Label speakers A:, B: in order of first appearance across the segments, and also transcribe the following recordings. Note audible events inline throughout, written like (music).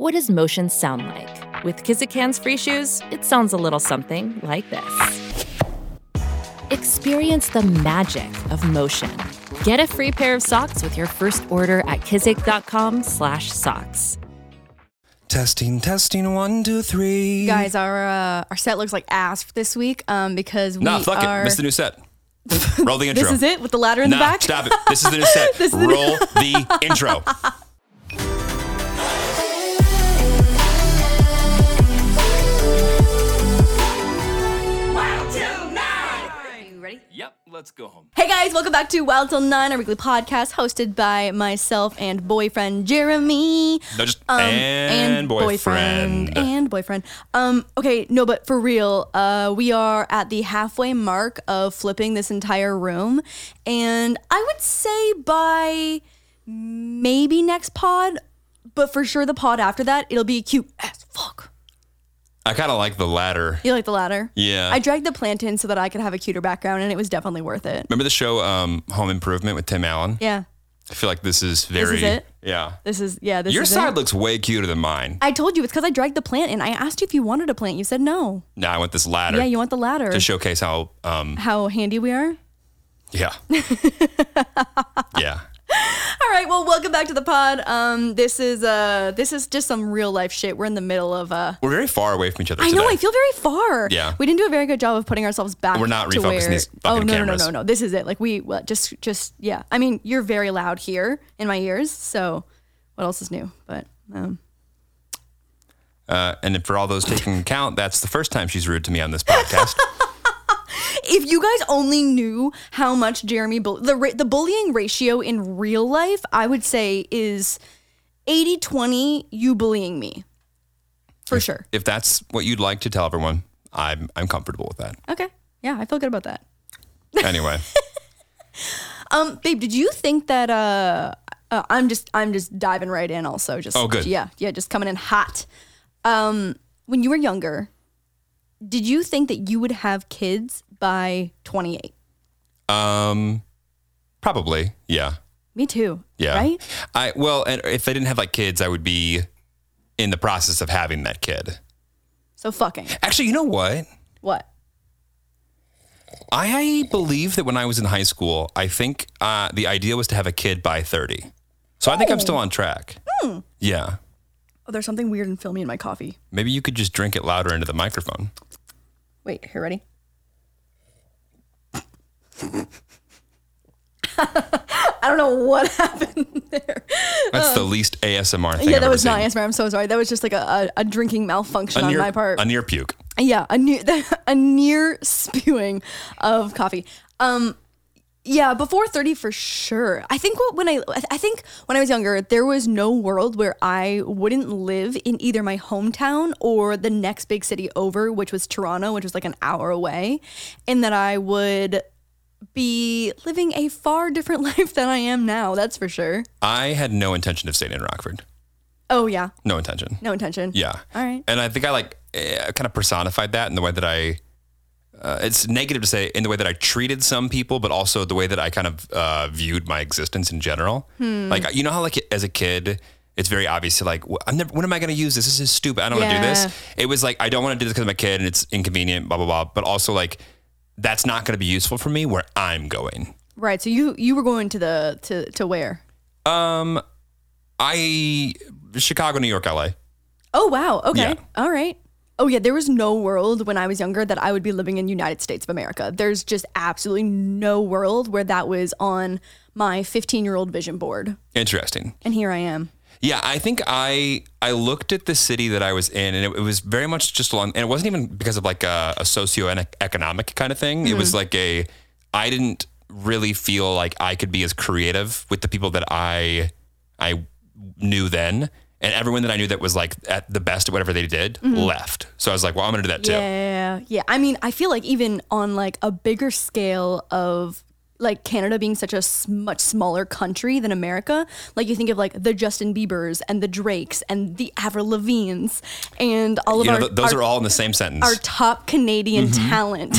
A: What does motion sound like? With Kizikans free shoes, it sounds a little something like this. Experience the magic of motion. Get a free pair of socks with your first order at kizik.com/socks.
B: Testing, testing, one, two, three.
C: Guys, our uh, our set looks like ass this week um, because we
B: nah, fuck
C: are.
B: it. Miss the new
C: (laughs)
B: set. Roll the intro.
C: This is it with the ladder in
B: nah,
C: the back.
B: stop it. This is the new set.
C: (laughs) This is the new-
B: Roll
C: (laughs)
B: the intro. Yep, let's go home.
C: Hey guys, welcome back to Wild Till Nine, our weekly podcast hosted by myself and boyfriend Jeremy.
B: No, just
C: Um,
B: and, boyfriend.
C: and boyfriend. Um, okay, no, but for real, uh, we are at the halfway mark of flipping this entire room, and I would say by maybe next pod, but for sure the pod after that, it'll be cute as fuck.
B: I kind of like the latter.
C: You like the latter?
B: Yeah.
C: I dragged the plant in so that I could have a cuter background, and it was definitely worth it.
B: Remember the show um, Home Improvement with Tim Allen?
C: Yeah,
B: I feel like this is very.
C: is it?
B: Yeah.
C: this is yeah. This
B: Your
C: is
B: side
C: It.
B: looks way cuter than mine.
C: I told you it's because I dragged the plant in. I asked you if you wanted a plant. You said no.
B: Nah, I want this ladder
C: Yeah, you want the ladder.
B: to showcase how. Um,
C: how handy we are. (laughs)
B: yeah. yeah.
C: All right, well, welcome back to the pod. Um, this is uh, this is just some real life shit. We're in the middle of uh.
B: We're very far away from each other.
C: I know.
B: today.
C: I feel very far.
B: Yeah.
C: We didn't do a very good job of putting ourselves back.
B: We're not
C: to
B: refocusing
C: where,
B: these
C: Oh
B: fucking
C: no,
B: cameras.
C: no, no, no, no. This is it. Like we well, just, just yeah. I mean, you're very loud here in my ears. So, what else is new? But um,
B: Uh, and for all those taking account, that's the first time she's rude to me on this podcast.
C: if you guys only knew how much Jeremy bull- the ra- the bullying ratio in real life, I would say is 80-20 You bullying me, for sure.
B: if that's what you'd like to tell everyone, I'm I'm comfortable with that.
C: Okay. Yeah, I feel good about that. (laughs)
B: Anyway,
C: Um, babe, did you think that uh, uh I'm just I'm just diving right in also just
B: Oh, good.
C: yeah, yeah, just coming in hot. Um when you were younger, did you think that you would have kids by 28?
B: um, probably, yeah,
C: Me too.
B: yeah.
C: Right?
B: I well, and if they didn't have like kids, I would be in the process of having that kid.
C: So fucking.
B: Actually, you know what?
C: What?
B: I believe that when I was in high school, I think uh, the idea was to have a kid by 30. So I think I'm still on track.
C: Hmm.
B: Yeah.
C: Oh, there's something weird and filmy in my coffee.
B: Maybe you could just drink it louder into the microphone.
C: Wait, here, ready? (laughs) I don't know what happened there.
B: That's the least ASMR thing.
C: Uh. yeah,
B: I've
C: that
B: ever
C: was
B: seen.
C: not ASMR. I'm so sorry. That was just like a, a, a drinking malfunction on
B: near,
C: my part.
B: A near puke.
C: Yeah, a near (laughs) a near spewing of coffee. Um yeah, before 30 for sure. I think what when I I think when I was younger, there was no world where I wouldn't live in either my hometown or the next big city over, which was Toronto, which was like an hour away, and that I would be living a far different (laughs) life than I am now. That's for sure.
B: I had no intention of staying in Rockford.
C: Oh yeah,
B: No intention.
C: no intention.
B: Yeah.
C: All right.
B: And I think I like uh, kind of personified that in the way that I. Uh, it's negative to say in the way that I treated some people, but also the way that I kind of uh, viewed my existence in general.
C: Hmm.
B: Like you know how like as a kid, it's very obvious to like "Wh- I'm never, when am I going to use this? This is stupid. I don't want to do
C: Yeah.
B: this. It was like I don't want to do this because I'm a kid and it's inconvenient. Blah blah blah. But also like that's not going to be useful for me where I'm going.
C: Right. So you you were going to the to to where?
B: Um, I Chicago, New York, LA.
C: Oh wow. Okay.
B: Yeah.
C: All right. Oh yeah, there was no world when I was younger that I would be living in United States of America. There's just absolutely no world where that was on my 15-year-old vision board.
B: Interesting.
C: And here I am.
B: Yeah, I think I I looked at the city that I was in, and it, it was very much just along, and it wasn't even because of like a, a socioeconomic kind of thing. It
C: Mm-hmm.
B: was like a I didn't really feel like I could be as creative with the people that I I knew then And everyone that I knew that was like at the best at whatever they did left. So I was like, well, I'm going to do that too.
C: Mm-hmm. Yeah, yeah. I mean, I feel like even on like a bigger scale of like Canada being such a s- much smaller country than America, like you think of like the Justin Biebers and the Drakes and the Avril Lavignes and all of
B: You know,
C: our,
B: th- those
C: our,
B: are all Mm-hmm. in the same sentence.
C: our top Canadian talent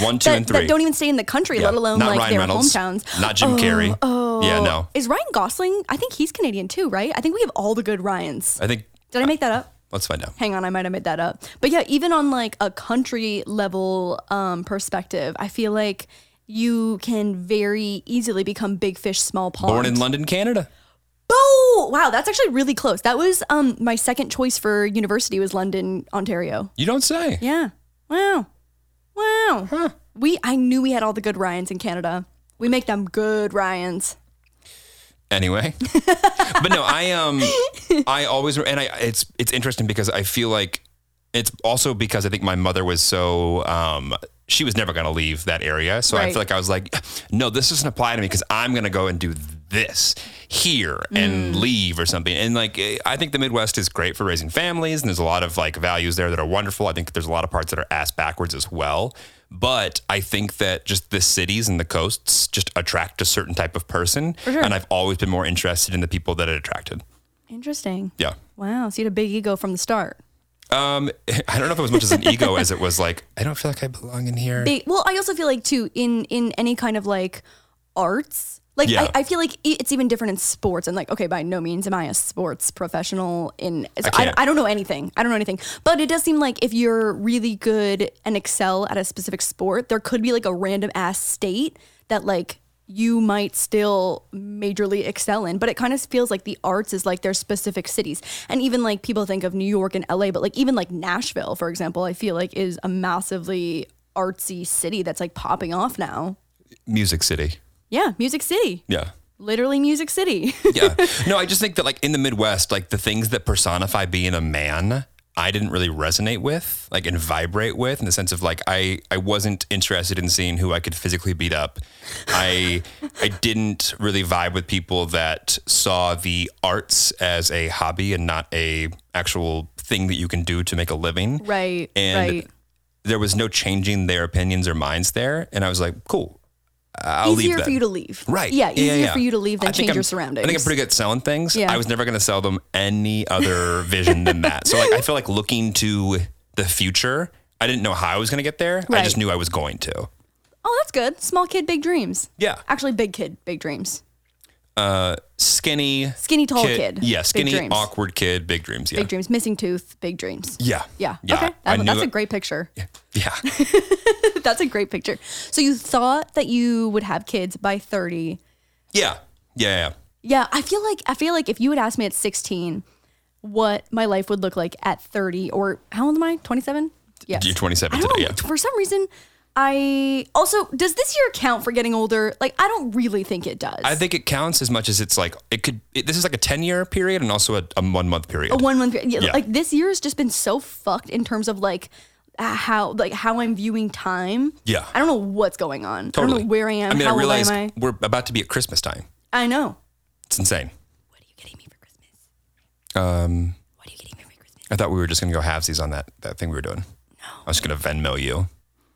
B: One, two,
C: that,
B: and three.
C: that don't even stay in the country,
B: Yeah.
C: let alone
B: Not
C: like
B: Ryan
C: their
B: Reynolds,
C: hometowns.
B: Not Jim Carrey. Oh. Yeah, no.
C: (gasps) Is Ryan Gosling? I think he's Canadian too, right? I think we have all the good Ryans.
B: I think,
C: Did I make that up?
B: let's find out.
C: hang on, I might have made that up. But yeah, even on like a country level um, perspective, I feel like you can very easily become big fish, small pond.
B: Born in London, Canada.
C: Oh, wow, that's actually really close. That was um, my second choice for university was London, Ontario.
B: You don't say.
C: Yeah. Wow. Wow. We I knew we had all the good Ryans in Canada. We make them good Ryans.
B: anyway. but no, I um I always and I it's it's interesting because I feel like it's also because I think my mother was so um she was never going to leave that area. So I
C: Right.
B: feel like I was like no, this doesn't apply to me because I'm going to go and do this here and leave or something. And like eh, I think the Midwest is great for raising families and there's a lot of like values there that are wonderful. I think there's a lot of parts that are ass backwards as well. But I think that just the cities and the coasts just attract a certain type of person. And I've always been more interested in the people that it attracted.
C: Interesting.
B: Yeah. (laughs)
C: Wow. So you had a big ego from the start.
B: Um, I don't know if it was much as an ego as it was like, I don't feel like I belong in here.
C: they well i also feel like too in in any kind of like arts like
B: Yeah.
C: I, I feel like i- it's even different in sports and like okay by no means am i a sports professional in so I,
B: can't-
C: I don't know anything i don't know anything but it does seem like if you're really good and excel at a specific sport there could be like a random ass state that like you might still majorly excel in but it kind of feels like the arts is like their specific cities and even like people think of new york and la but like even like nashville for example i feel like is a massively artsy city that's like popping off now
B: Music City.
C: yeah music city
B: Yeah.
C: literally music city (laughs)
B: Yeah. No, I just think that like in the Midwest, like the things that personify being a man, I didn't really resonate with, like and vibrate with in the sense of like I I wasn't interested in seeing who I could physically beat up. I I didn't really vibe with people that saw the arts as a hobby and not a actual thing that you can do to make a living.
C: right
B: And
C: right
B: there was no changing their opinions or minds there. And I was like, cool. I'll leave
C: easier
B: then.
C: for you to leave
B: Right.
C: yeah easier
B: yeah.
C: for you to leave
B: I
C: than
B: think
C: change
B: I'm-
C: your surroundings
B: I think I'm pretty good at selling things.
C: Yeah.
B: I was never going to sell them any
C: (laughs)
B: other vision than that. So like I feel like looking to the future, I didn't know how I was going to get there. I
C: Right.
B: just knew I was going to.
C: oh that's good small kid big dreams
B: Yeah.
C: actually big kid big dreams
B: Skinny,
C: Skinny, tall kid.
B: Yeah,
C: Big
B: skinny,
C: dreams.
B: awkward kid, big dreams. Yeah.
C: big dreams missing tooth big dreams
B: Yeah.
C: yeah,
B: Yeah.
C: okay
B: I
C: That-
B: knew
C: that's
B: it-
C: a great picture (laughs)
B: Yeah.
C: that's a great picture so you thought that you would have kids by 30
B: Yeah. Yeah. yeah.
C: yeah i feel like i feel like if you had asked me at 16 what my life would look like at 30 or how old am i 27 yeah
B: You're 27
C: I don't
B: today.
C: know,
B: Yeah.
C: For some reason, I also does this year count for getting older? Like I don't really think it does.
B: I think it counts as much as it's like it could. It, this is like a ten year period and also a, a one month period.
C: a one month yeah,
B: Yeah.
C: like this year has just been so fucked in terms of like uh, how like how I'm viewing time.
B: Yeah.
C: I don't know what's going on. I
B: totally.
C: don't know where I am.
B: I mean,
C: how
B: I realize
C: old am I?
B: we're about to be at Christmas time.
C: I know.
B: It's insane.
C: What are you getting me for Christmas?
B: Um,
C: What are you getting me for Christmas?
B: I thought we were just gonna go halvesies on that that thing we were doing. No. I was gonna Venmo you.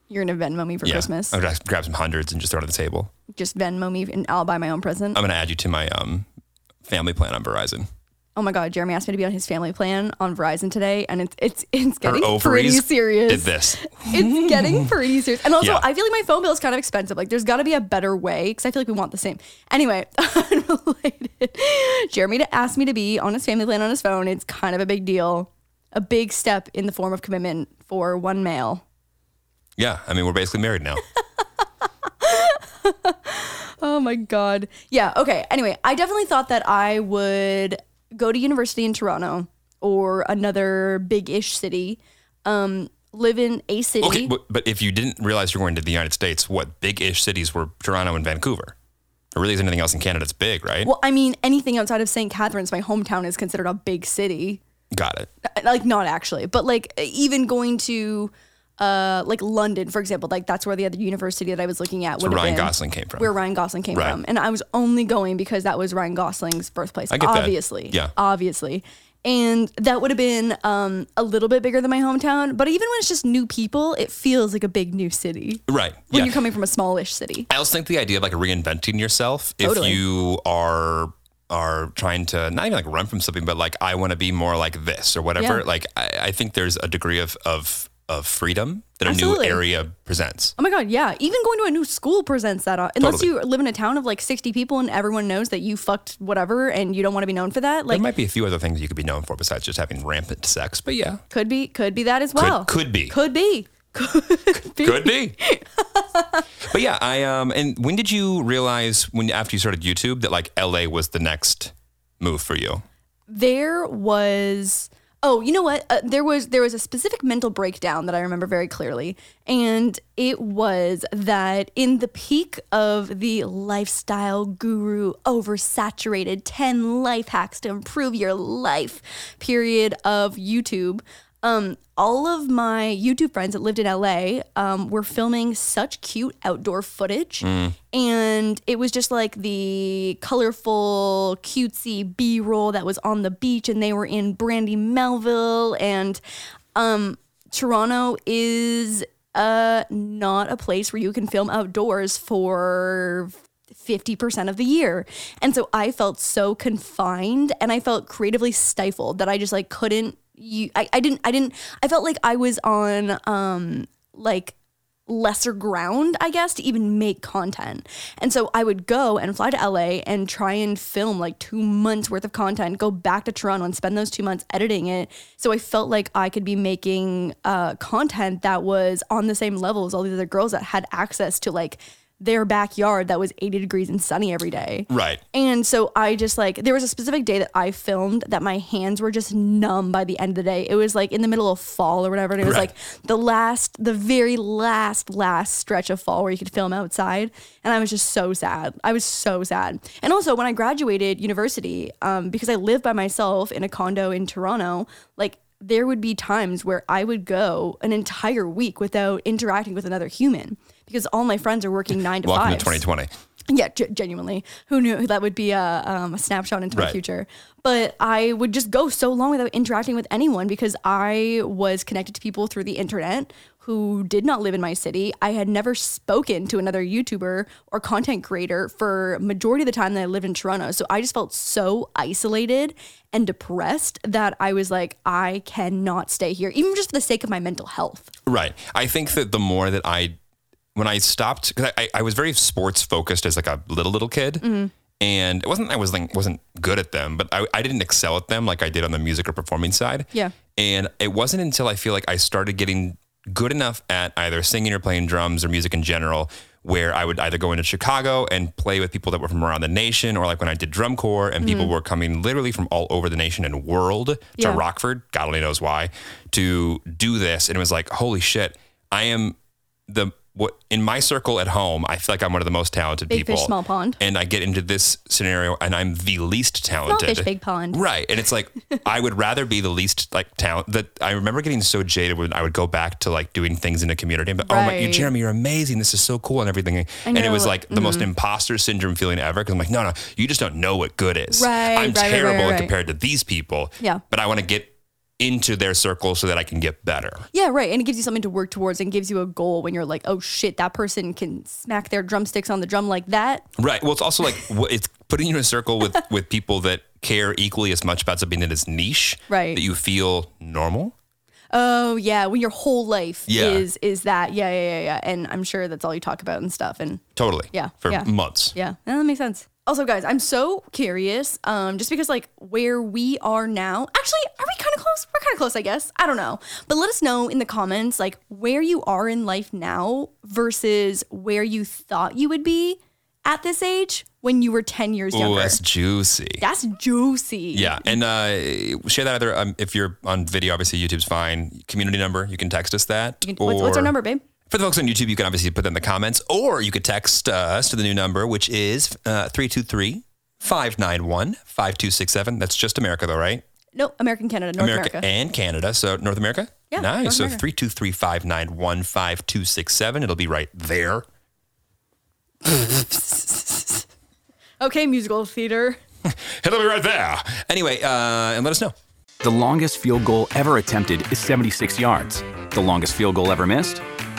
C: You're gonna Venmo me for Christmas.
B: I'm gonna just grab some hundreds and just throw it on the table.
C: Just Venmo me and I'll buy my own present.
B: I'm gonna add you to my um family plan on Verizon.
C: oh my god, Jeremy asked me to be on his family plan on Verizon today, and it's it's it's
B: Her
C: getting pretty
B: ovaries
C: serious.
B: did this.
C: it's getting pretty serious. And also,
B: Yeah.
C: I feel like my phone bill is kind of expensive. Like, there's got to be a better way because I feel like we want the same. Anyway, (laughs) unrelated. Jeremy to ask me to be on his family plan on his phone. It's kind of a big deal, a big step in the form of commitment for one male.
B: Yeah, I mean we're basically married
C: (laughs)
B: now.
C: Oh my God. Yeah. Okay. Anyway, I definitely thought that I would go to university in Toronto or another big ish city, um, live in a city.
B: Okay, but, but if you didn't realize you're going to the United States, what big-ish cities were Toronto and Vancouver? There really isn't anything else in Canada that's big, right?
C: Well, I mean, anything outside of St. Catharines, my hometown, is considered a big city.
B: Got it.
C: like not actually, but like even going to uh, like London, for example. Like that's where the other university that I was looking at would
B: where
C: have
B: Ryan
C: been,
B: Gosling came from.
C: Where Ryan Gosling came
B: Right.
C: from, and I was only going because that was Ryan Gosling's birthplace.
B: I get that.
C: obviously,
B: Yeah.
C: obviously. And that would have been um, a little bit bigger than my hometown, but even when it's just new people, it feels like a big new city
B: right.
C: when
B: yeah.
C: you're coming from a smallish city.
B: I also think the idea of like reinventing yourself if
C: Totally.
B: you are are trying to not even like run from something, but like I want to be more like this or whatever.
C: Yeah.
B: Like I, I think there's a degree of of of freedom that
C: Absolutely.
B: a new area presents.
C: Oh my god, yeah. Even going to a new school presents that uh, unless
B: Totally.
C: you live in a town of like 60 people and everyone knows that you fucked whatever and you don't want to be known for that. Like
B: there might be a few other things you could be known for besides just having rampant sex, but
C: (laughs)
B: yeah,
C: could be could be that as well.
B: could be.
C: Could be. (laughs) Could be.
B: could be. but yeah, I um. And when did you realize when after you started YouTube that like LA was the next move for you?
C: There was Oh, you know what? Uh, there was there was a specific mental breakdown that I remember very clearly, and it was that in the peak of the lifestyle guru oversaturated 10 life hacks to improve your life period of YouTube, um, all of my YouTube friends that lived in LA um, were filming such cute outdoor footage. And it was just like the colorful, cutesy B roll that was on the beach, and they were in Brandy Melville. And um, Toronto is uh, not a place where you can film outdoors for 50% of the year. And so I felt so confined and I felt creatively stifled that I just like couldn't you I, I didn't I didn't I felt like I was on um like lesser ground, I guess, to even make content. And so I would go and fly to LA and try and film like two months worth of content, go back to Toronto and spend those two months editing it. So I felt like I could be making uh, content that was on the same level as all these other girls that had access to like their backyard that was 80 degrees and sunny every day.
B: Right.
C: And so I just like, there was a specific day that I filmed that my hands were just numb by the end of the day. It was like in the middle of fall or whatever. And it was
B: Right.
C: like the last, the very last, last stretch of fall where you could film outside. And I was just so sad. I was so sad. And also, when I graduated university, um, because I lived by myself in a condo in Toronto, like, there would be times where I would go an entire week without interacting with another human because all my friends are working nine to
B: Welcome
C: five.
B: to 2020.
C: Yeah, ge- genuinely. Who knew that would be a, um, a snapshot into my
B: Right.
C: future? But I would just go so long without interacting with anyone because I was connected to people through the internet who did not live in my city. I had never spoken to another YouTuber or content creator for majority of the time that I lived in Toronto. So I just felt so isolated and depressed that I was like, I cannot stay here, even just for the sake of my mental health.
B: Right. I think that the more that I, when I stopped, because I, I, I was very sports focused as like a little little kid, and it wasn't I was like wasn't good at them, but I, I didn't excel at them like I did on the music or performing side.
C: Yeah.
B: And it wasn't until I feel like I started getting good enough at either singing or playing drums or music in general, where I would either go into Chicago and play with people that were from around the nation, or like when I did drum corps and people were coming literally from all over the nation and world to
C: Mm-hmm. Yeah.
B: Rockford, God only knows why, to do this. And it was like, holy shit, I am the what in my circle at home, I feel like I'm one of the most talented
C: Big
B: people.
C: fish, small pond.
B: And I get into this scenario and I'm the least
C: Small
B: talented.
C: fish, big pond.
B: Right. And it's like I would rather be the least like talent that I remember getting so jaded when I would go back to like doing things in the community and be, oh my you
C: Right.
B: Jeremy, you're amazing. This is so cool and everything. And it
C: know. mm-hmm.
B: was like the most imposter syndrome feeling ever. Cause I'm like, no, no, you just don't know what good is. I'm
C: Right, right, right,
B: terrible
C: right, right.
B: compared to these people.
C: Yeah.
B: But I want to get into their circle so that I can get better.
C: Yeah, right. And it gives you something to work towards and gives you a goal when you're like, oh shit, that person can smack their drumsticks on the drum like that.
B: Right. Well, it's also like (laughs) wh- it's putting you in a circle
C: (laughs)
B: with with people that care equally as much about something that is niche.
C: Right.
B: That you feel normal.
C: Oh yeah, when your whole life
B: Yeah.
C: is is that. Yeah, yeah, yeah, yeah. And I'm sure that's all you talk about and stuff. And
B: Totally.
C: Yeah,
B: For
C: yeah.
B: months.
C: Yeah, no, that makes sense. Also, guys, I'm so curious. Um, just because like where we are now, actually, are we kind of close? We're kind of close, I guess. I don't know, but let us know in the comments like where you are in life now versus where you thought you would be at this age when you were 10 years
B: Ooh,
C: younger.
B: that's juicy.
C: That's juicy.
B: Yeah, and uh, share that either um, if you're on video. Obviously, YouTube's fine. Community number, you can text us that.
C: You can- What's, what's
B: or-
C: our number, babe?
B: For the folks on YouTube, you can obviously put that in the comments, or you could text uh, us to the new number, which is uh, 323 591 5267. That's just America, though, right?
C: No, American Canada, North
B: America,
C: America.
B: and Canada. So North America?
C: Yeah,
B: Nice.
C: North
B: so
C: America.
B: three two three five nine one five two six seven. It'll be right there.
C: Okay, musical theater.
B: It'll be right there. Anyway, uh, and let us know.
D: The longest field goal ever attempted is 76 yards. The longest field goal ever missed?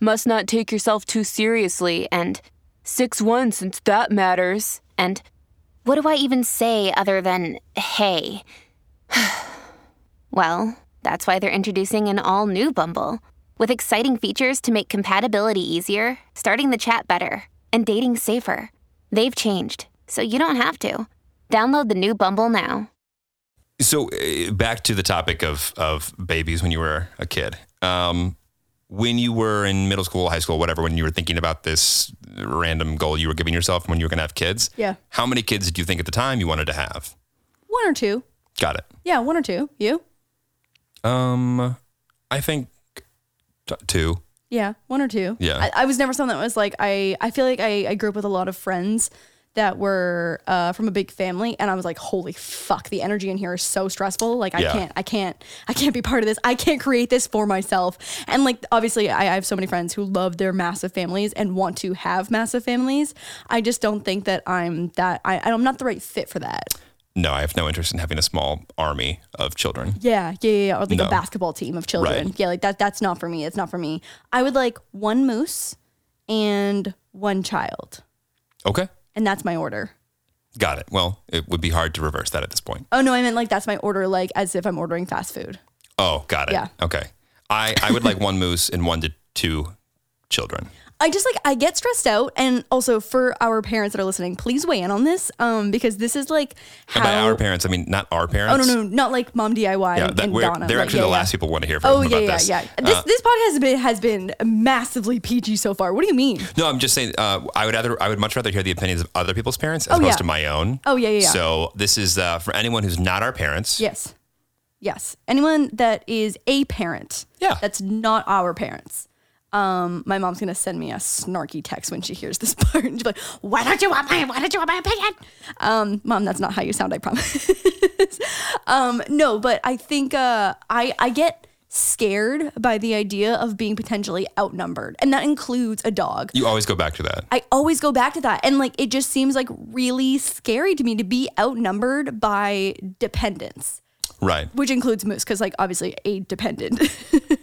E: must not take yourself too seriously and 6 1 since that matters. And what do I even say other than hey? (sighs) well, that's why they're introducing an all new Bumble with exciting features to make compatibility easier, starting the chat better, and dating safer. They've changed, so you don't have to. Download the new Bumble now.
B: So uh, back to the topic of of babies when you were a kid. Um, when you were in middle school, high school, whatever, when you were thinking about this random goal you were giving yourself when you were going to have kids,
C: Yeah.
B: How many kids did you think at the time you wanted to have?
C: One or two.
B: Got it.
C: Yeah, one or two. You?
B: Um, I think t- two.
C: Yeah, one or two.
B: Yeah.
C: I, I was never someone that was like I. I feel like I, I grew up with a lot of friends that were uh, from a big family, and I was like, holy fuck, the energy in here is so stressful. Like I
B: Yeah.
C: can't, I can't, I can't be part of this. I can't create this for myself. And like obviously, I, I have so many friends who love their massive families and want to have massive families. I just don't think that I'm that. I, I'm not the right fit for that.
B: No, I have no interest in having a small army of children.
C: Yeah, yeah, yeah, yeah. Or like
B: No.
C: a basketball team of children.
B: Right.
C: Yeah, like that that's not for me. It's not for me. I would like one moose and one child.
B: Okay.
C: And that's my order.
B: Got it. Well, it would be hard to reverse that at this point.
C: Oh no, I meant like that's my order, like as if I'm ordering fast food.
B: Oh, got it.
C: Yeah.
B: Okay. I, I would like one (laughs) moose and one to two children.
C: I just like I get stressed out and also for our parents that are listening, please weigh in on this. Um, because this is like
B: And
C: how
B: by our parents, I mean not our
C: Oh no
B: parents.
C: no, not like mom DIY
B: Yeah,
C: and,
B: that
C: and
B: we're,
C: Donna.
B: they're
C: Like,
B: actually
C: yeah,
B: the
C: yeah.
B: last people want to hear from
C: Oh
B: them
C: yeah,
B: about
C: yeah,
B: this.
C: yeah. This
B: Uh,
C: this podcast has been has been massively PG so far. What do you mean?
B: no, I'm just saying. Uh, I would rather, I would much rather hear the opinions of other people's parents as
C: Oh,
B: opposed
C: yeah.
B: to my own.
C: Oh, yeah, yeah, yeah.
B: So this is uh, for anyone who's not our parents.
C: Yes. Yes. Anyone that is a parent.
B: Yeah.
C: That's not our parents. Um, my mom's gonna send me a snarky text when she hears this (laughs) part. She's like, "Why don't you want my? Why don't you want my opinion?" Um, mom, that's not how you sound. I promise. (laughs) um, no, but I think uh, I I get scared by the idea of being potentially outnumbered, and that includes a dog.
B: You always go back to that.
C: I always go back to that. And like, it just seems like really scary to me to be outnumbered by dependents,
B: Right.
C: which includes Moose, because like, obviously, a dependent.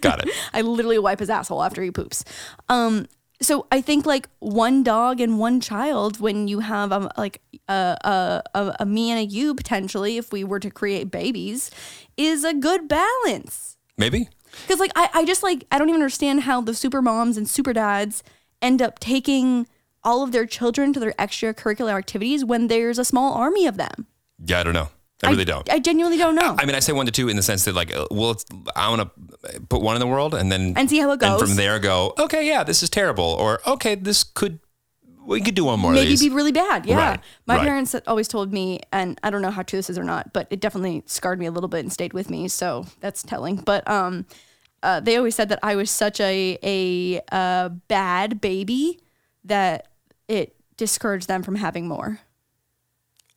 C: (laughs)
B: Got it.
C: I literally wipe his asshole after he poops. Um, so I think like one dog and one child, when you have um, like a, a, a, a me and a you potentially, if we were to create babies, is a good balance.
B: Maybe.
C: Because like I, I just like I don't even understand how the super moms and super dads end up taking all of their children to their extracurricular activities when there's a small army of them.
B: Yeah, I don't know. I really don't.
C: I genuinely don't know.
B: I mean, I say one to two in the sense that, like, uh, well, it's, I want to put one in the world and then
C: And see how it
B: And
C: goes.
B: from there, go, okay, yeah, this is terrible, or okay, this could we could do one more of
C: Maybe
B: these.
C: be really bad. Yeah.
B: Right,
C: My
B: right.
C: parents always told me, and I don't know how true this is or not, but it definitely scarred me a little bit and stayed with me. So that's telling. But um, uh, they always said that I was such a a uh, bad baby that it discouraged them from having more.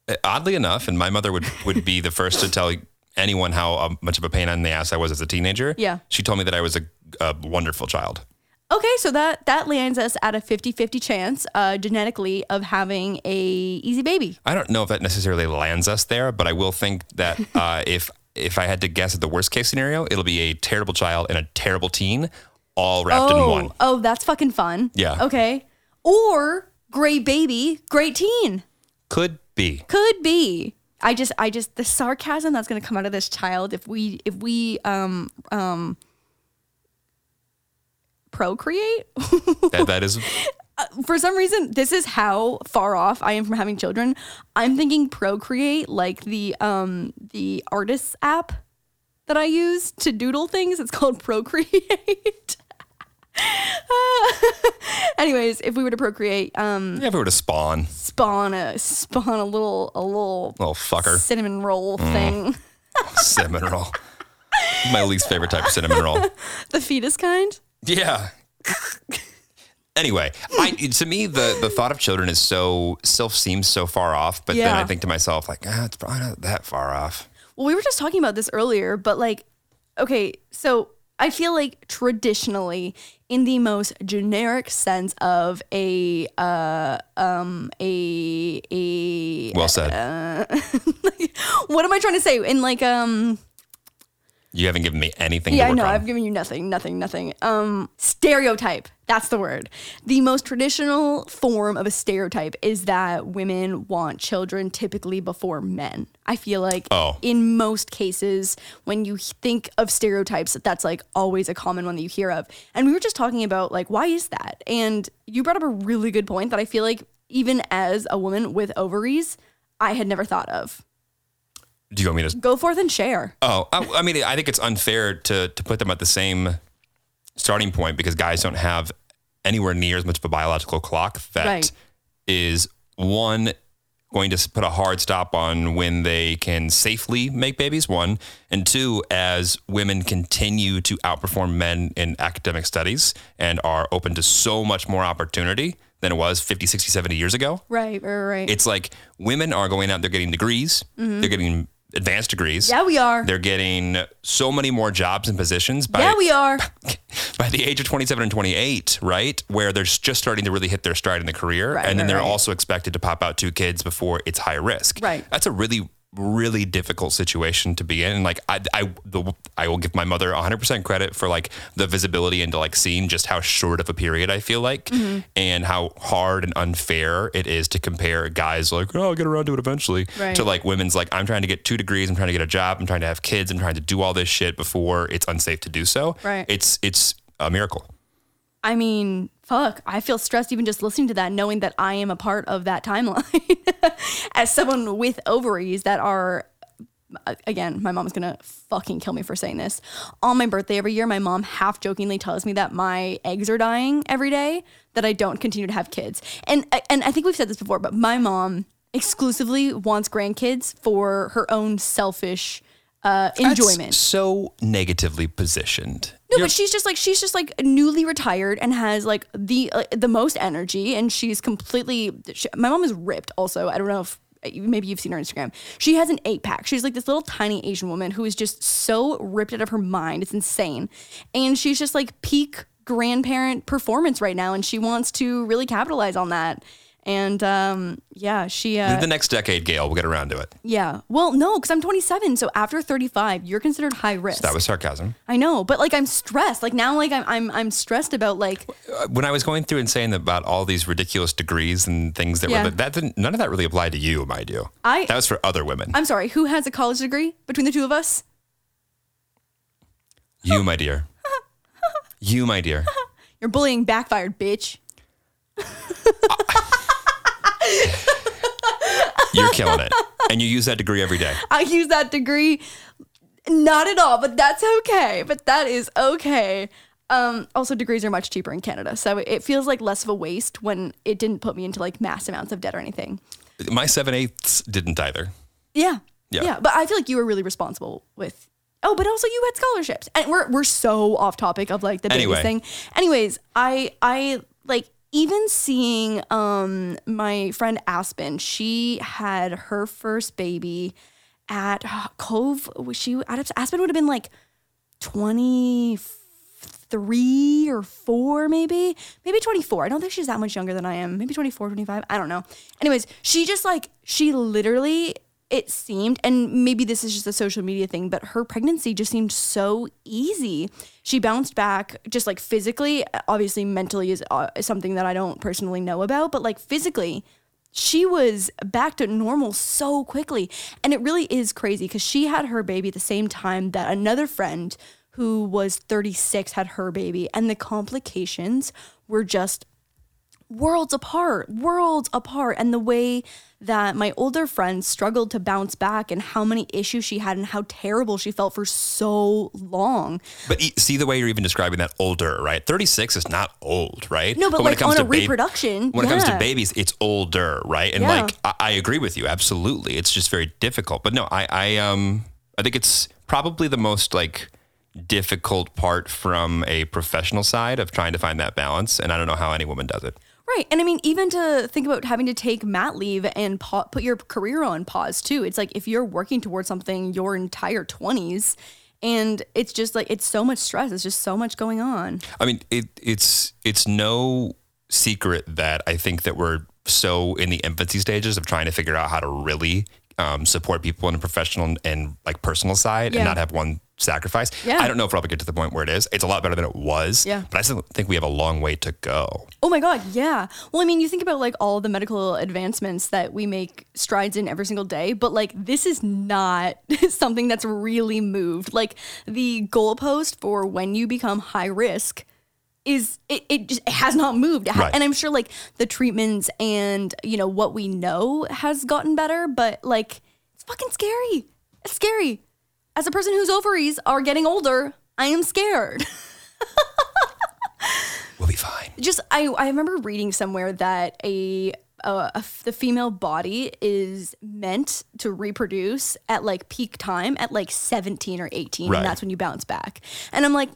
B: Uh, Oddly enough, and my mother would would be the first to tell anyone how um, much of a pain in the ass I was as a teenager.
C: Yeah.
B: she told me that I was a, a wonderful child.
C: Okay, so that that lands us at a 50-50 chance uh, genetically of having a easy baby.
B: I don't know if that necessarily lands us there, but I will think
C: (laughs)
B: that uh, if if I had to guess at the worst case scenario, it'll be a terrible child and a terrible teen, all wrapped in one.
C: Oh, oh, that's fucking fun.
B: Yeah.
C: Okay. Or great baby, great teen.
B: Could be.
C: Could be. I just I just the sarcasm that's going to come out of this child if we if we um um procreate. (laughs)
B: That, that is
C: For some reason, this is how far off I am from having children. I'm thinking procreate like the um the artists app. that I use to doodle things. It's called (laughs) Procreate. (laughs) Anyways, if we were to procreate, um,
B: Yeah, if we were to spawn,
C: spawn a spawn a little a little
B: little
C: (laughs)
B: fucker,
C: cinnamon roll (laughs) thing,
B: cinnamon roll. My least favorite type of cinnamon roll.
C: the fetus kind.
B: Yeah. anyway, I to me the the thought of children is so self seems so far off, but then
C: Yeah.
B: I think to myself like, ah, it's probably not that far off.
C: Well, we were just talking about this earlier, but like, okay, so I feel like traditionally, in the most generic sense of a uh um a a
B: Well said.
C: what am I trying to say? In like um
B: you haven't given me anything.
C: yeah,
B: to
C: I
B: work
C: know
B: on.
C: I've given you nothing, nothing, nothing. Um stereotype. That's the word. The most traditional form of a stereotype is that women want children typically before men. I feel like
B: Oh.
C: in most cases when you think of stereotypes that's like always a common one that you hear of. And we were just talking about like why is that? And you brought up a really good point that I feel like even as a woman with ovaries, I had never thought of.
B: Do you want me to
C: Go forth and share.
B: Oh, I, I mean, I think it's unfair to to put them at the same starting point because guys don't have anywhere near as much of a biological clock
C: Right.
B: that is one going to put a hard stop on when they can safely make babies one and two as women continue to outperform men in academic studies and are open to so much more opportunity than it was 50 60 70 years ago
C: Right, right, right.
B: it's like women are going out they're getting degrees they're getting advanced degrees
C: yeah, we are.
B: they're getting so many more jobs and positions by
C: yeah, we are.
B: by the age of 27 and 28, right? Where they're just starting to really hit their stride in the career
C: Right,
B: and then
C: right,
B: they're
C: right.
B: also expected to pop out two kids before it's high risk.
C: Right.
B: That's a really really difficult situation to be in and like I I the, I will give my mother 100% credit for like the visibility into like seeing just how short of a period I feel like
C: Mm-hmm.
B: and how hard and unfair it is to compare guys like oh I'll get around to it eventually
C: Right.
B: to like women's like I'm trying to get 2 degrees I'm trying to get a job I'm trying to have kids I'm trying to do all this shit before it's unsafe to do so
C: Right.
B: it's it's a miracle
C: I mean, fuck, I feel stressed even just listening to that, knowing that I am a part of that timeline (laughs) as someone with ovaries that are. a- Again, my mom's gonna fucking kill me for saying this. On my birthday every year, my mom half jokingly tells me that my eggs are dying every day, that I don't continue to have kids. And uh, and I think we've said this before, but my mom exclusively wants grandkids for her own selfish uh, enjoyment.
B: That's so negatively positioned.
C: No, but she's just like she's just like newly retired and has like the uh, the most energy, and she's completely. She, my mom is ripped. Also, I don't know if uh, maybe you've seen her Instagram. She has an eight pack. She's like this little tiny Asian woman who is just so ripped out of her mind. It's insane, and she's just like peak grandparent performance right now, and she wants to really capitalize on that. And um, yeah, she. Uh,
B: the next decade, Gail, we'll get around to it.
C: yeah. Well, no, because I'm 27, so after 35, you're considered high risk.
B: That was sarcasm.
C: I know, but like I'm stressed. Like now, like I'm I'm I'm stressed about like
B: Uh, When I was going through and saying about all these ridiculous degrees and things that
C: Yeah.
B: were that didn't none of that really applied to you, mind you.
C: I-
B: that was for other women.
C: I'm sorry, who has a college degree between the two of us?
B: you, my
C: (laughs)
B: dear. you, my dear.
C: Your bullying backfired, bitch.
B: You're killing it, and you use that degree every day.
C: I use that degree, not at all, but that's okay. But that is okay. Um, also, degrees are much cheaper in Canada, so it feels like less of a waste when it didn't put me into like mass amounts of debt or anything.
B: My seven eighths didn't either.
C: Yeah.
B: Yeah.
C: But I feel like you were really responsible with. Oh, but also you had scholarships, and we're we're so off topic of like the biggest
B: Anyway.
C: thing. Anyways, I I like even seeing um my friend Aspen. She had her first baby at Cove. Was she Aspen would have been like twenty three or four, maybe, maybe 24. I don't think she's that much younger than I am. Maybe 24, 25. I don't know. Anyways, she just like, she literally, it seemed, and maybe this is just a social media thing, but her pregnancy just seemed so easy. She bounced back just like physically. Obviously, mentally is uh, is something that I don't personally know about, but like physically, she was back to normal so quickly. And it really is crazy because she had her baby at the same time that another friend who was 36 had her baby. And the complications were just worlds apart, worlds apart. And the way that my older friend struggled to bounce back and how many issues she had and how terrible she felt for so long.
B: But e- see the way you're even describing that older, right? 36 is not old, right?
C: No, but,
B: when
C: like on a
B: to baby-
C: reproduction,
B: when it comes to
C: yeah.
B: babies, it's older, right? And
C: Yeah.
B: like I, I agree with you, absolutely. It's just very difficult. But no, I, I um I think it's probably the most like difficult part from a professional side of trying to find that balance. And I don't know how any woman does it.
C: Right. And I mean, even to think about having to take mat leave and pa- put your career on pause too. It's like if you're working towards something your entire 20s, and it's just like, it's so much stress. It's just so much going on.
B: I mean, it, it's it's no secret that I think that we're so in the infancy stages of trying to figure out how to really um, support people on a professional and, and, like personal side,
C: Yeah.
B: and not have one sacrifice.
C: Yeah.
B: I don't know if we'll ever get to the point where it is. It's a lot better than it was.
C: Yeah.
B: But I still think we have a long way to go.
C: Oh my God. Yeah. Well, I mean, you think about like all the medical advancements that we make strides in every single day, but like this is not (laughs) something that's really moved. Like the goalpost for when you become high risk is it, it just it has not moved. It ha-
B: Right.
C: And I'm sure like the treatments and, you know, what we know has gotten better, but like it's fucking scary. It's scary. As a person whose ovaries are getting older, I am scared. (laughs)
B: We'll be fine.
C: just I, I remember reading somewhere that a, a- a f- the female body is meant to reproduce at like peak time at like 17 or 18
B: Right.
C: and that's when you bounce back and i'm like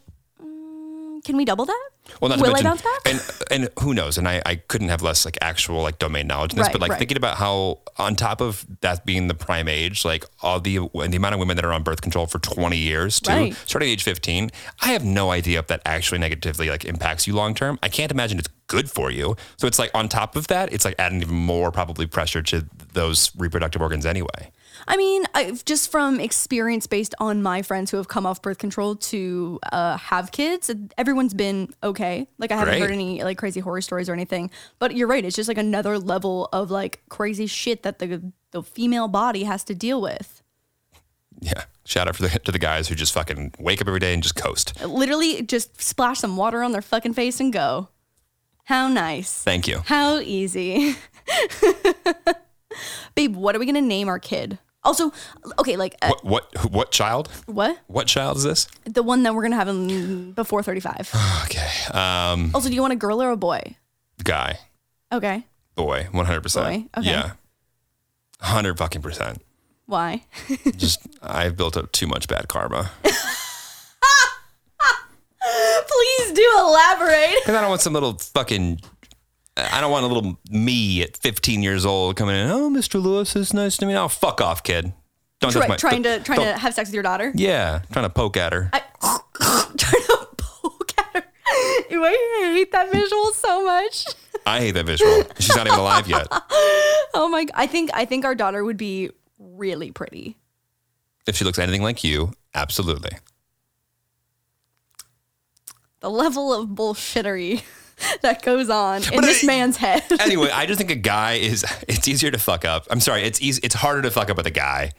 C: mm, can we double that
B: Well, not
C: will
B: to mention,
C: i bounce back
B: And and who knows? And I, I couldn't have less like actual like domain knowledge in this,
C: Right,
B: but like
C: right.
B: thinking about how on top of that being the prime age, like all the and the amount of women that are on birth control for twenty years too,
C: Right.
B: starting at age fifteen, I have no idea if that actually negatively like impacts you long term. I can't imagine it's good for you. So it's like on top of that, it's like adding even more probably pressure to those reproductive organs anyway.
C: i mean I've, just from experience based on my friends who have come off birth control to uh, have kids everyone's been okay like i haven't
B: Great.
C: heard any like crazy horror stories or anything but you're right it's just like another level of like crazy shit that the the female body has to deal with
B: Yeah. Shout out for the, to the guys who just fucking wake up every day and just coast.
C: Oh. literally just splash some water on their fucking face and go. How nice.
B: Thank you.
C: How easy. (laughs) Babe, what are we going to name our kid? Also, okay, like uh,
B: What what what child?
C: what?
B: What child is this?
C: The one that we're going to have him before 35.
B: (sighs) Okay. Um
C: also, do you want a girl or a boy?
B: guy,
C: Okay.
B: boy, one hundred percent.
C: Boy, okay.
B: Yeah, hundred fucking percent. (laughs)
C: Why?
B: Just I've built up too much bad karma
C: Please do elaborate.
B: because I don't want some little fucking. I don't want a little me at 15 years old coming in. Oh, Mr. Lewis, it's nice to meet. Oh, fuck off, kid. Don't touch my.
C: Try, trying to
B: don't-
C: trying to
B: don't-
C: have sex with your daughter?
B: Yeah, trying to poke at her.
C: I, (laughs) trying to (laughs) poke at her. Ew, I hate that visual so much.
B: I hate that visual. She's not even alive yet.
C: Oh my! I think I think our daughter would be really pretty.
B: If she looks anything like you, absolutely.
C: The level of bullshittery (laughs) that goes on in
B: But
C: this
B: I-
C: man's head. (laughs)
B: Anyway, I just think a guy is. (laughs) It's easier to fuck up. I'm sorry. It's easy. It's harder to fuck up with a guy.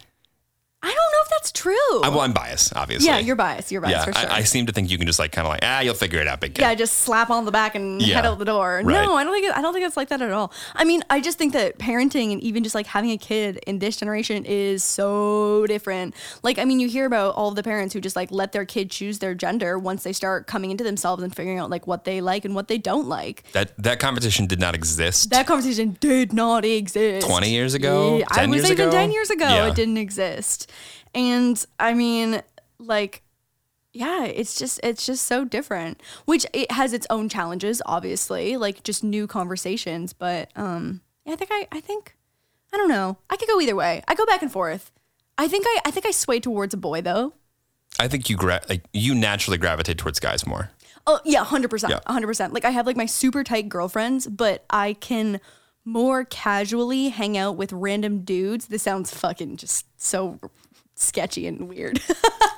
C: I don't know if that's true.
B: I'm, well, I'm biased, obviously.
C: yeah, you're biased. You're biased
B: yeah,
C: for sure.
B: I, I seem to think you can just like kind of like ah, you'll figure it out, big guy.
C: yeah, just slap on the back and
B: Yeah,
C: head out the door.
B: right.
C: No, I don't think it, I don't think it's like that at all. I mean, I just think that parenting and even just like having a kid in this generation is so different. Like, I mean, you hear about all the parents who just like let their kid choose their gender once they start coming into themselves and figuring out like what they like and what they don't like.
B: That that competition did not exist
C: That conversation did not exist.
B: 20 years ago.
C: Yeah,
B: 10
C: I would
B: years
C: say
B: ago.
C: even 10 years ago,
B: Yeah.
C: it didn't exist. And I mean, like, yeah, it's just it's just so different, which it has its own challenges, obviously, like just new conversations. But um, yeah, I think I I think I don't know. I could go either way. I go back and forth. I think I I think I sway towards a boy though.
B: I think you gra- like you naturally gravitate towards guys more.
C: Oh yeah, hundred percent,
B: Yeah.
C: hundred percent. Like I have like my super tight girlfriends, but I can more casually hang out with random dudes. This sounds fucking just so sketchy and weird. (laughs)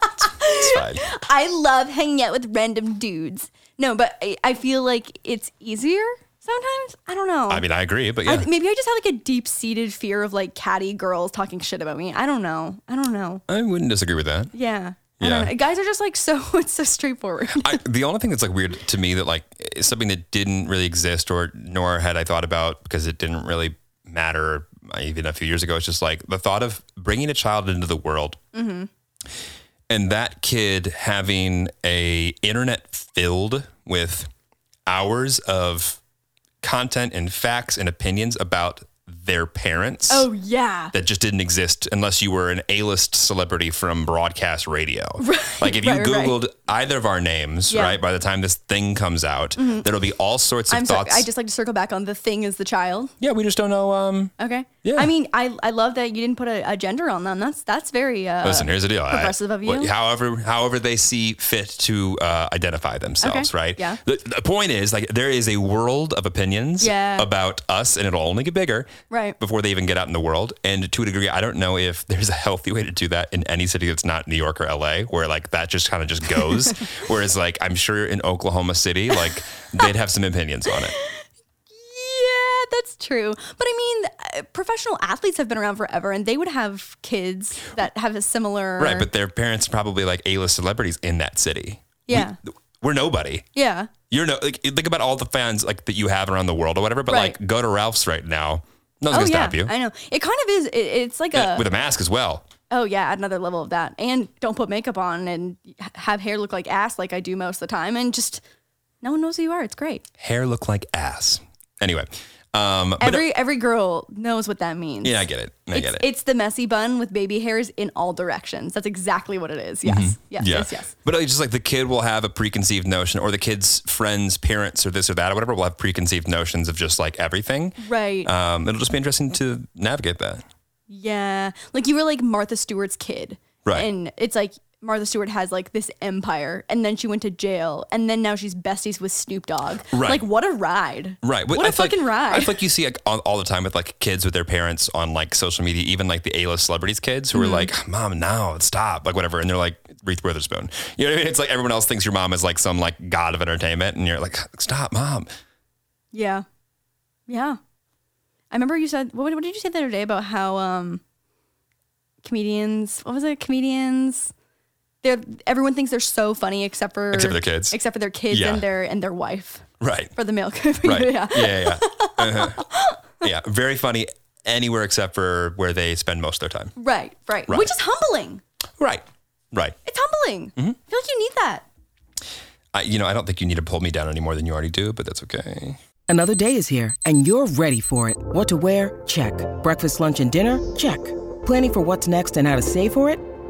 B: It's fine.
C: I love hanging out with random dudes. No, but I, I feel like it's easier sometimes. I don't know.
B: I mean, I agree, but yeah.
C: I- maybe I just have like a deep seated fear of like catty girls talking shit about me. I don't know. I don't know.
B: I wouldn't disagree with that.
C: Yeah. I don't
B: Yeah.
C: know. Guys are just like (laughs) so it's
B: (laughs)
C: so straightforward.
B: I, the only thing that's like weird to me that like is something that didn't really exist or nor had I thought about because it didn't really matter even a few years ago. It's just like the thought of bringing a child into the world and that kid having a internet filled with hours of content and facts and opinions about their parents
C: Oh yeah.
B: that just didn't exist unless you were an A-list celebrity from broadcast radio. like if you
C: (laughs) right, right.
B: googled either of our names,
C: Yeah. Mm-hmm.
B: right, by the time this thing comes out, there'll be all sorts of
C: I'm sorry.
B: thoughts.
C: I just like to circle back on the thing is the child.
B: yeah, we just don't know um
C: Okay.
B: Yeah.
C: I mean, I I love that you didn't put a, a gender on them. That's that's very uh,
B: Listen, here's the deal. I-
C: progressive of
B: wh-
C: you.
B: However, however they see fit to uh, identify themselves,
C: Okay,
B: right?
C: yeah.
B: The, the point is, like, there is a world of opinions
C: Yeah.
B: about us, and it'll only get bigger,
C: Right.
B: Before they even get out in the world, and to a degree, I don't know if there's a healthy way to do that in any city that's not New York or LA, where like that just kind of just
C: (laughs)
B: goes. Whereas, like, I'm sure in Oklahoma City, like they'd have some opinions on it.
C: Yeah, that's true. But I mean, uh, professional athletes have been around forever, and they would have kids that have a similar.
B: Right, but their parents are probably like A-list celebrities in that city.
C: yeah,
B: We're nobody.
C: yeah,
B: you're no like think about all the fans like that you have around the world or whatever. But
C: Right.
B: like go to Ralph's right now. No one's gonna
C: oh yeah.
B: stop you
C: I uh, know it kind of is. It, it's like
B: And
C: a
B: with a mask as well.
C: oh yeah, at another level of that. And don't put makeup on and h- have hair look like ass, like I do most of the time, and just no one knows who you are. It's great.
B: Hair look like ass. Anyway, um, but
C: Every every girl knows what that means.
B: yeah, I get it. I
C: It's,
B: get it.
C: it's the messy bun with baby hairs in all directions. That's exactly what it is. Yes. Yes,
B: Mm-hmm. yeah.
C: yes, yes.
B: But it's just like the kid will have a preconceived notion, or the kid's friends, parents, or this or that, or whatever, will have preconceived notions of just like everything.
C: Right.
B: Um, it'll just be interesting to navigate that.
C: Yeah. Like you were like Martha Stewart's kid.
B: Right.
C: And it's like Martha Stewart has like this empire and then she went to jail and then now she's besties with Snoop Dogg.
B: Right.
C: Like what a ride.
B: Right.
C: What
B: a
C: a fucking
B: like,
C: ride.
B: I feel like you see like all, all the time with like kids with their parents on like social media, even like the A-list celebrities kids
C: Mm-hmm.
B: who are like, "Mom, no, stop," like whatever, and they're like Reese Witherspoon. You know what I mean? It's like everyone else thinks your mom is like some like god of entertainment, and you're like, "Stop, mom."
C: yeah. Yeah. I remember you said what, what did you say the other day about how um comedians what was it? Comedians they're everyone thinks they're so funny except for
B: Except for their kids.
C: Except for their kids
B: Yeah.
C: and their and their wife. (laughs)
B: Right.
C: For the male
B: Right.
C: yeah.
B: Yeah. Yeah. Yeah.
C: (laughs)
B: Uh-huh. yeah. Very funny anywhere except for where they spend most of their time.
C: Right, right.
B: Right.
C: Which is humbling.
B: Right. Right.
C: It's humbling.
B: Mm-hmm.
C: I feel like you need that.
B: I, you know, I don't think you need to pull me down any more than you already do, but that's okay.
F: Another day is here, and you're ready for it. What to wear? Check. Breakfast, lunch, and dinner? Check. Planning for what's next and how to save for it?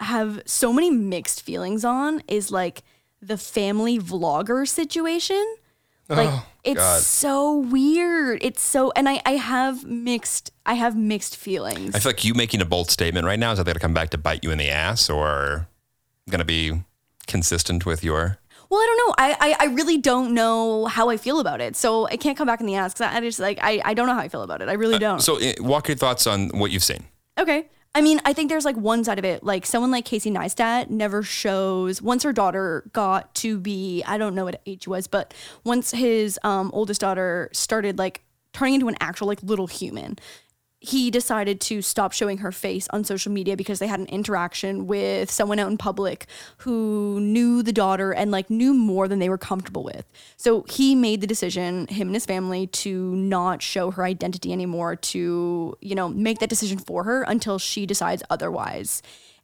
C: have so many mixed feelings on is like the family vlogger situation. Like it's
B: Oh, God.
C: so weird. It's so and I I have mixed I have mixed feelings.
B: I feel like you making a bold statement right now is either going to come back to bite you in the ass or going to be consistent with your.
C: Well, I don't know. I, I I really don't know how I feel about it. So I can't come back in the ass because I, I just like I, I don't know how I feel about it. I really don't.
B: So, eh, walk your thoughts on what you've seen.
C: Okay. I mean, I think there's like one side of it. Like someone like Casey Neistat never shows once her daughter got to be I don't know what age she was, but once his um, oldest daughter started like turning into an actual like little human, he decided to stop showing her face on social media because they had an interaction with someone out in public who knew the daughter and like knew more than they were comfortable with. So he made the decision, him and his family, to not show her identity anymore, to, you know, make that decision for her until she decides otherwise.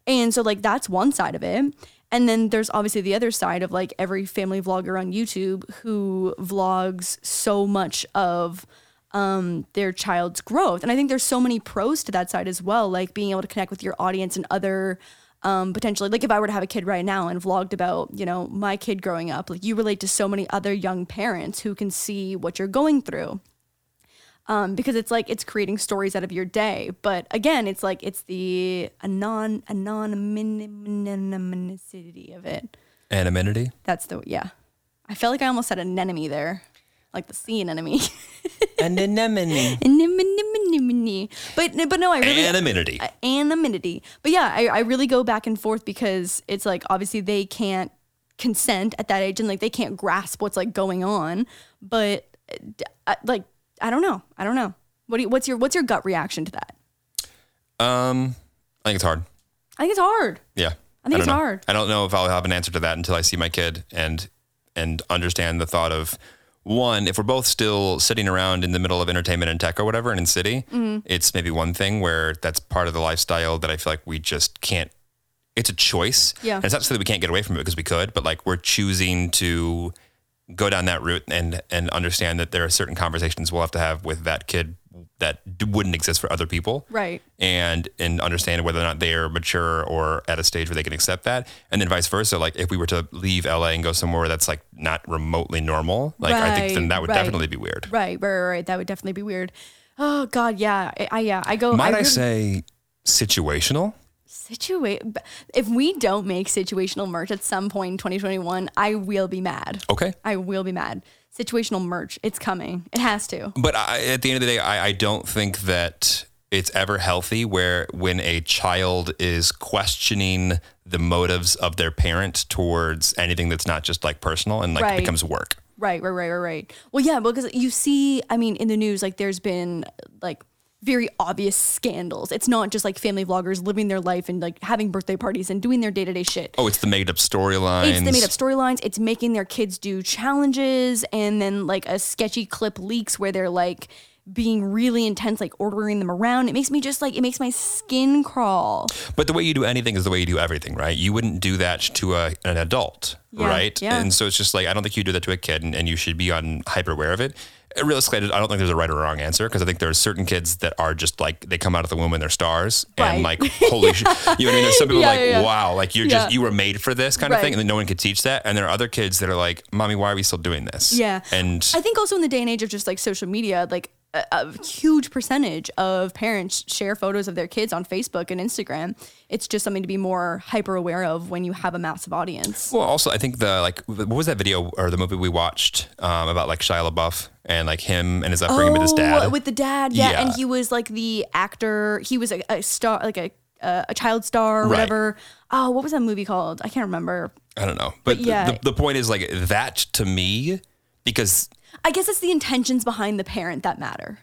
C: And so, like, that's one side of it. And then there's obviously the other side of like every family vlogger on YouTube who vlogs so much of um, their child's growth. And I think there's so many pros to that side as well, like being able to connect with your audience and other um, potentially, like if I were to have a kid right now and vlogged about, you know, my kid growing up, like you relate to so many other young parents who can see what you're going through um, because it's like it's creating stories out of your day. But again, it's like it's the anon anonymity of it.
B: Anonymity.
C: That's the yeah. I felt like I almost said anemone there, like the sea (laughs) anemone.
F: (laughs)
B: An anemone.
C: Anemone. But but no, I really
B: Anonymity.
C: uh, anonymity. But yeah, I, I really go back and forth because it's like obviously they can't consent at that age and like they can't grasp what's like going on. But uh, d- I- like I don't know, I don't know. What do you, what's your what's your gut reaction to that?
B: Um, I think it's hard.
C: I think it's hard.
B: Yeah.
C: I think
B: don't
C: it's
B: know.
C: hard.
B: I don't know if I'll have an answer to that until I see my kid and and understand the thought of one, if we're both still sitting around in the middle of entertainment and tech or whatever and in city,
C: Mm-hmm.
B: it's maybe one thing where that's part of the lifestyle that I feel like we just can't it's a choice.
C: Yeah.
B: And it's not so that we can't get away from it because we could, but like we're choosing to go down that route and and understand that there are certain conversations we'll have to have with that kid that d- wouldn't exist for other people
C: Right.
B: and and understand whether or not they are mature or at a stage where they can accept that and then vice versa like if we were to leave la and go somewhere that's like not remotely normal like i think then
C: Right,
B: that would
C: right.
B: definitely be weird
C: Right, right, right, right. That would definitely be weird. Oh God, yeah, I, I yeah, I go.
B: might i,
C: really-
B: say situational
C: situa- b- If we don't make situational merch at some point in 2021, I will be mad.
B: okay
C: I will be mad. Situational merch, it's coming. It has to.
B: but I, at the end of the day I, I don't think that it's ever healthy where when a child is questioning the motives of their parent towards anything that's not just like personal and like
C: Right.
B: becomes work
C: Right, right, right, right, right. Well, yeah, because you see, I mean, in the news, like there's been like very obvious scandals. It's not just like family vloggers living their life and like having birthday parties and doing their day to day shit.
B: oh it's the made up storylines
C: It's the made up storylines. It's making their kids do challenges, and then like a sketchy clip leaks where they're like being really intense, like ordering them around. It makes me just like it makes my skin crawl.
B: But the way you do anything is the way you do everything, right? You wouldn't do that to a, an adult,
C: Yeah,
B: right?
C: yeah.
B: And so it's just like, I don't think you do that to a kid and, and you should be on hyper aware of it. Uh, Realistically, I don't think there's a right or wrong answer because I think there are certain kids that are just like, they come out of the womb and they're stars and
C: Right.
B: like, holy
C: (laughs)
B: shit. You know what I mean? There's some people
C: Yeah,
B: like,
C: yeah, yeah.
B: wow, like you're
C: Yeah.
B: just, you were made for this kind of
C: Right.
B: thing. And then no one could teach that. And there are other kids that are like, mommy, why are we still doing this?
C: Yeah.
B: And
C: I think also in the day and age of just like social media, like a, a huge percentage of parents share photos of their kids on Facebook and Instagram. It's just something to be more hyper aware of when you have a massive audience.
B: Well, also, I think the like, what was that video or the movie we watched um, about like Shia LaBeouf and like him and his upbringing
C: Oh,
B: with his dad?
C: with the dad, yeah, and
B: Yeah.
C: he was like the actor. He was a, a star, like a uh, a child star, or
B: Right.
C: whatever. Oh, what was that movie called? I can't remember.
B: I don't know, but,
C: yeah.
B: the, the point is like that to me because
C: I guess it's the intentions behind the parent that matter.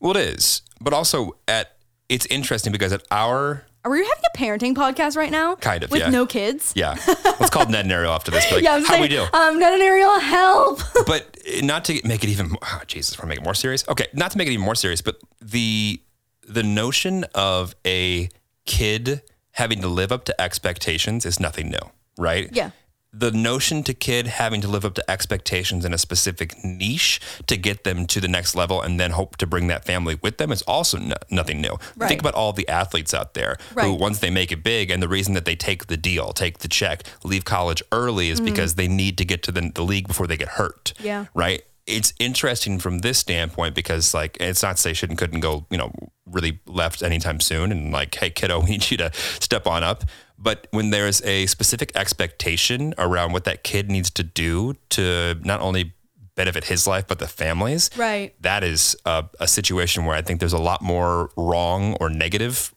B: well, it is, but also at it's interesting because at our
C: Are we having a parenting podcast right now?
B: Kind of,
C: with
B: yeah.
C: no kids.
B: yeah, let's call Ned and Ariel after this. But like,
C: (laughs) Yeah, I'm
B: how
C: saying,
B: we do?
C: Um, not an aerial help.
B: but not to make it even oh, Jesus, want to make it more serious. Okay, not to make it even more serious, but the the notion of a kid having to live up to expectations is nothing new, right?
C: Yeah.
B: The notion to kid having to live up to expectations in a specific niche to get them to the next level and then hope to bring that family with them is also no, nothing new.
C: Right.
B: Think about all the athletes out there who,
C: Right.
B: once they make it big, and the reason that they take the deal, take the check, leave college early is because they need to get to the, the league before they get hurt
C: Mm-hmm. Yeah.
B: right? It's interesting from this standpoint because, like, it's not to say shouldn't couldn't go, you know, really left anytime soon, and like, hey, kiddo, (laughs) we need you to step on up. But when there's a specific expectation around what that kid needs to do to not only benefit his life but the family's,
C: Right.
B: That is a, a situation where I think there's a lot more wrong or negative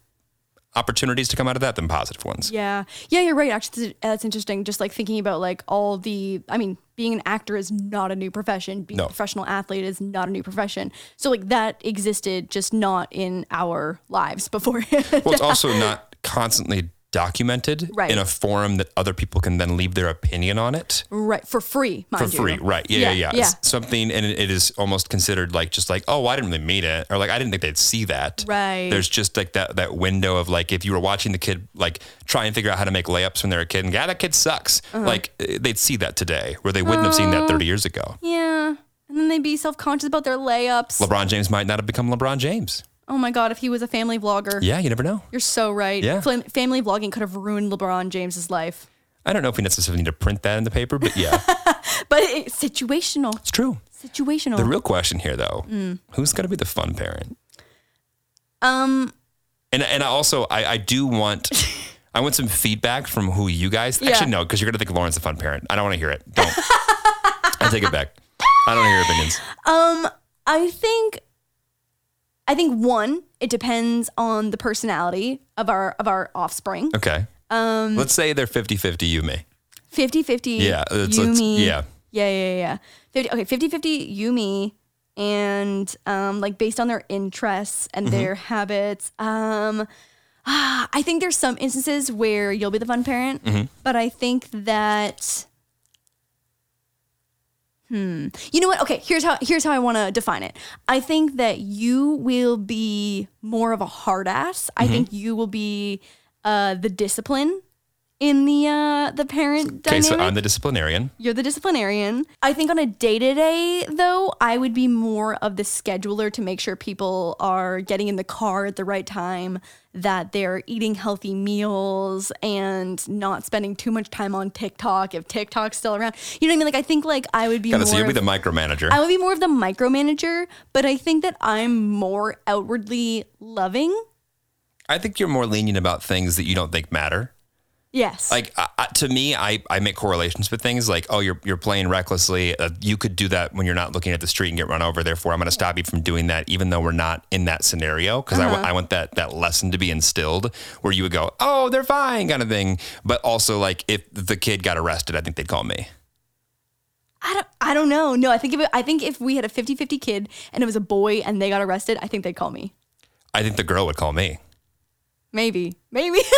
B: opportunities to come out of that than positive ones.
C: Yeah. Yeah, you're right. Actually, that's interesting. Just like thinking about like all the, I mean, being an actor is not a new profession. Being
B: No.
C: a professional athlete is not a new profession. So like that existed, just not in our lives before. (laughs)
B: Well, it's also not constantly documented
C: Right.
B: in a forum that other people can then leave their opinion on it
C: right. For free,
B: for
C: mind you.
B: free. Right. Yeah, yeah, yeah.
C: Yeah,
B: It's
C: yeah.
B: something, and it it is almost considered like just like, oh, I didn't really mean it, or like I didn't think they'd see that.
C: Right.
B: There's just like that that window of like if you were watching the kid like try and figure out how to make layups when they're a kid, and God, that kid sucks.
C: Uh-huh.
B: Like eh, they'd see that today, where they wouldn't have seen
C: Oh.
B: that 30 years ago.
C: Yeah. And then they'd be self conscious about their layups.
B: LeBron James might not have become LeBron James.
C: oh my God, if he was a family vlogger.
B: Yeah, you never know.
C: You're so right.
B: Yeah.
C: Fam- family vlogging could have ruined LeBron James's life.
B: I don't know if we necessarily need to print that in the paper, but yeah,
C: But it's situational.
B: it's true.
C: Situational.
B: The real question here, though,
C: Mm.
B: who's going to be the fun parent?
C: um,
B: And and I also I, I do
C: (laughs)
B: want I want some feedback from who you guys
C: Yeah.
B: actually no because you're going to think Lauren's the fun parent. I don't want to hear it. Don't. I take it back. I don't hear your opinions.
C: I think I think one, it depends on the personality of our of our offspring.
B: Okay. Um, Let's say they're 50 50, you, me.
C: 50-50
B: Yeah, it's-
C: you
B: it's-
C: me.
B: yeah.
C: Yeah, yeah, yeah. 50, okay, 50-50 you me and um like based on their interests and
B: Mm-hmm.
C: their habits. Um (sighs) ah, I think there's some instances where you'll be the fun parent,
B: Mm-hmm.
C: but I think that you know what? Okay, here's how here's how I want to define it. I think that you will be more of a hard ass.
B: Mm-hmm.
C: I think you will be uh, the discipline in the uh, the parent
B: Okay,
C: dynamic.
B: so I'm the disciplinarian.
C: You're the disciplinarian. I think on a day to day though, I would be more of the scheduler to make sure people are getting in the car at the right time, that they're eating healthy meals and not spending too much time on TikTok if TikTok's still around. You know what I mean? Like I think like I would be
B: Got
C: more
B: to see, you'll be
C: of-
B: the micromanager.
C: I would be more of the micromanager, but I think that I'm more outwardly loving.
B: I think you're more lenient about things that you don't think matter.
C: Yes.
B: Like I, I, to me, I, I make correlations with things like, oh, you're you're playing recklessly. Uh, you could do that when you're not looking at the street and get run over. Therefore, I'm going to stop you from doing that, even though we're not in that scenario, because I, wa- I want that that lesson to be instilled where you would go, oh, they're fine, kind of thing. But also, like if the kid got arrested, I think they'd call me.
C: I don't I don't know. No, I think if it, I think if we had a 50-50 kid and it was a boy and they got arrested, I think they'd call me.
B: I think the girl would call me.
C: Maybe. Maybe. (laughs)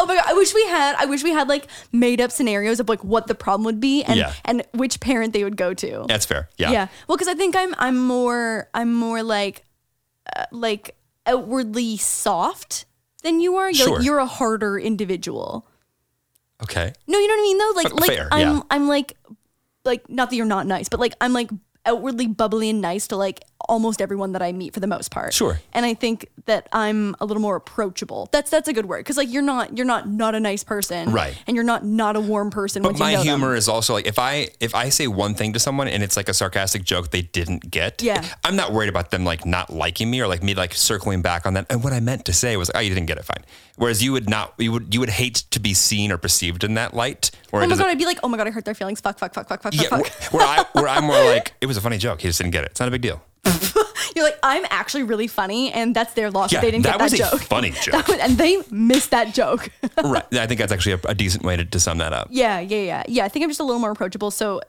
C: Oh my god! I wish we had. I wish we had like made up scenarios of like what the problem would be and
B: Yeah.
C: and which parent they would go to.
B: That's fair. Yeah.
C: Yeah. Well, because I think I'm I'm more I'm more like uh, like outwardly soft than you are. You're,
B: Sure.
C: you're a harder individual.
B: Okay.
C: No, you know what I mean though. Like
B: Uh,
C: like
B: fair,
C: I'm
B: yeah.
C: I'm like like not that you're not nice, but like I'm like outwardly bubbly and nice to like almost everyone that I meet for the most part.
B: Sure.
C: And I think that I'm a little more approachable. That's that's a good word because like you're not you're not not a nice person,
B: Right.
C: And you're not not a warm person.
B: But
C: once you
B: my
C: know them.
B: humor is also like if I if I say one thing to someone and it's like a sarcastic joke they didn't get,
C: Yeah.
B: I'm not worried about them like not liking me or like me like circling back on that. And what I meant to say was, oh, you didn't get it, fine. Whereas you would not, you would you would hate to be seen or perceived in that light. Where
C: Oh
B: it
C: my
B: doesn't-
C: god! I'd be like, oh my god, I hurt their feelings. Fuck, fuck, fuck, fuck, fuck,
B: yeah,
C: fuck.
B: where,
C: fuck. (laughs)
B: where I where I'm more like it was a funny joke, he just didn't get it. It's not a big deal.
C: You're like, I'm actually really funny, and that's their loss.
B: Yeah,
C: that Oh, they didn't
B: that
C: get that
B: was a
C: joke.
B: funny
C: (laughs) That
B: joke.
C: was- and they missed that joke.
B: (laughs) right. I think that's actually a, a decent way to, to sum that up.
C: yeah, yeah, yeah, yeah. I think I'm just a little more approachable. So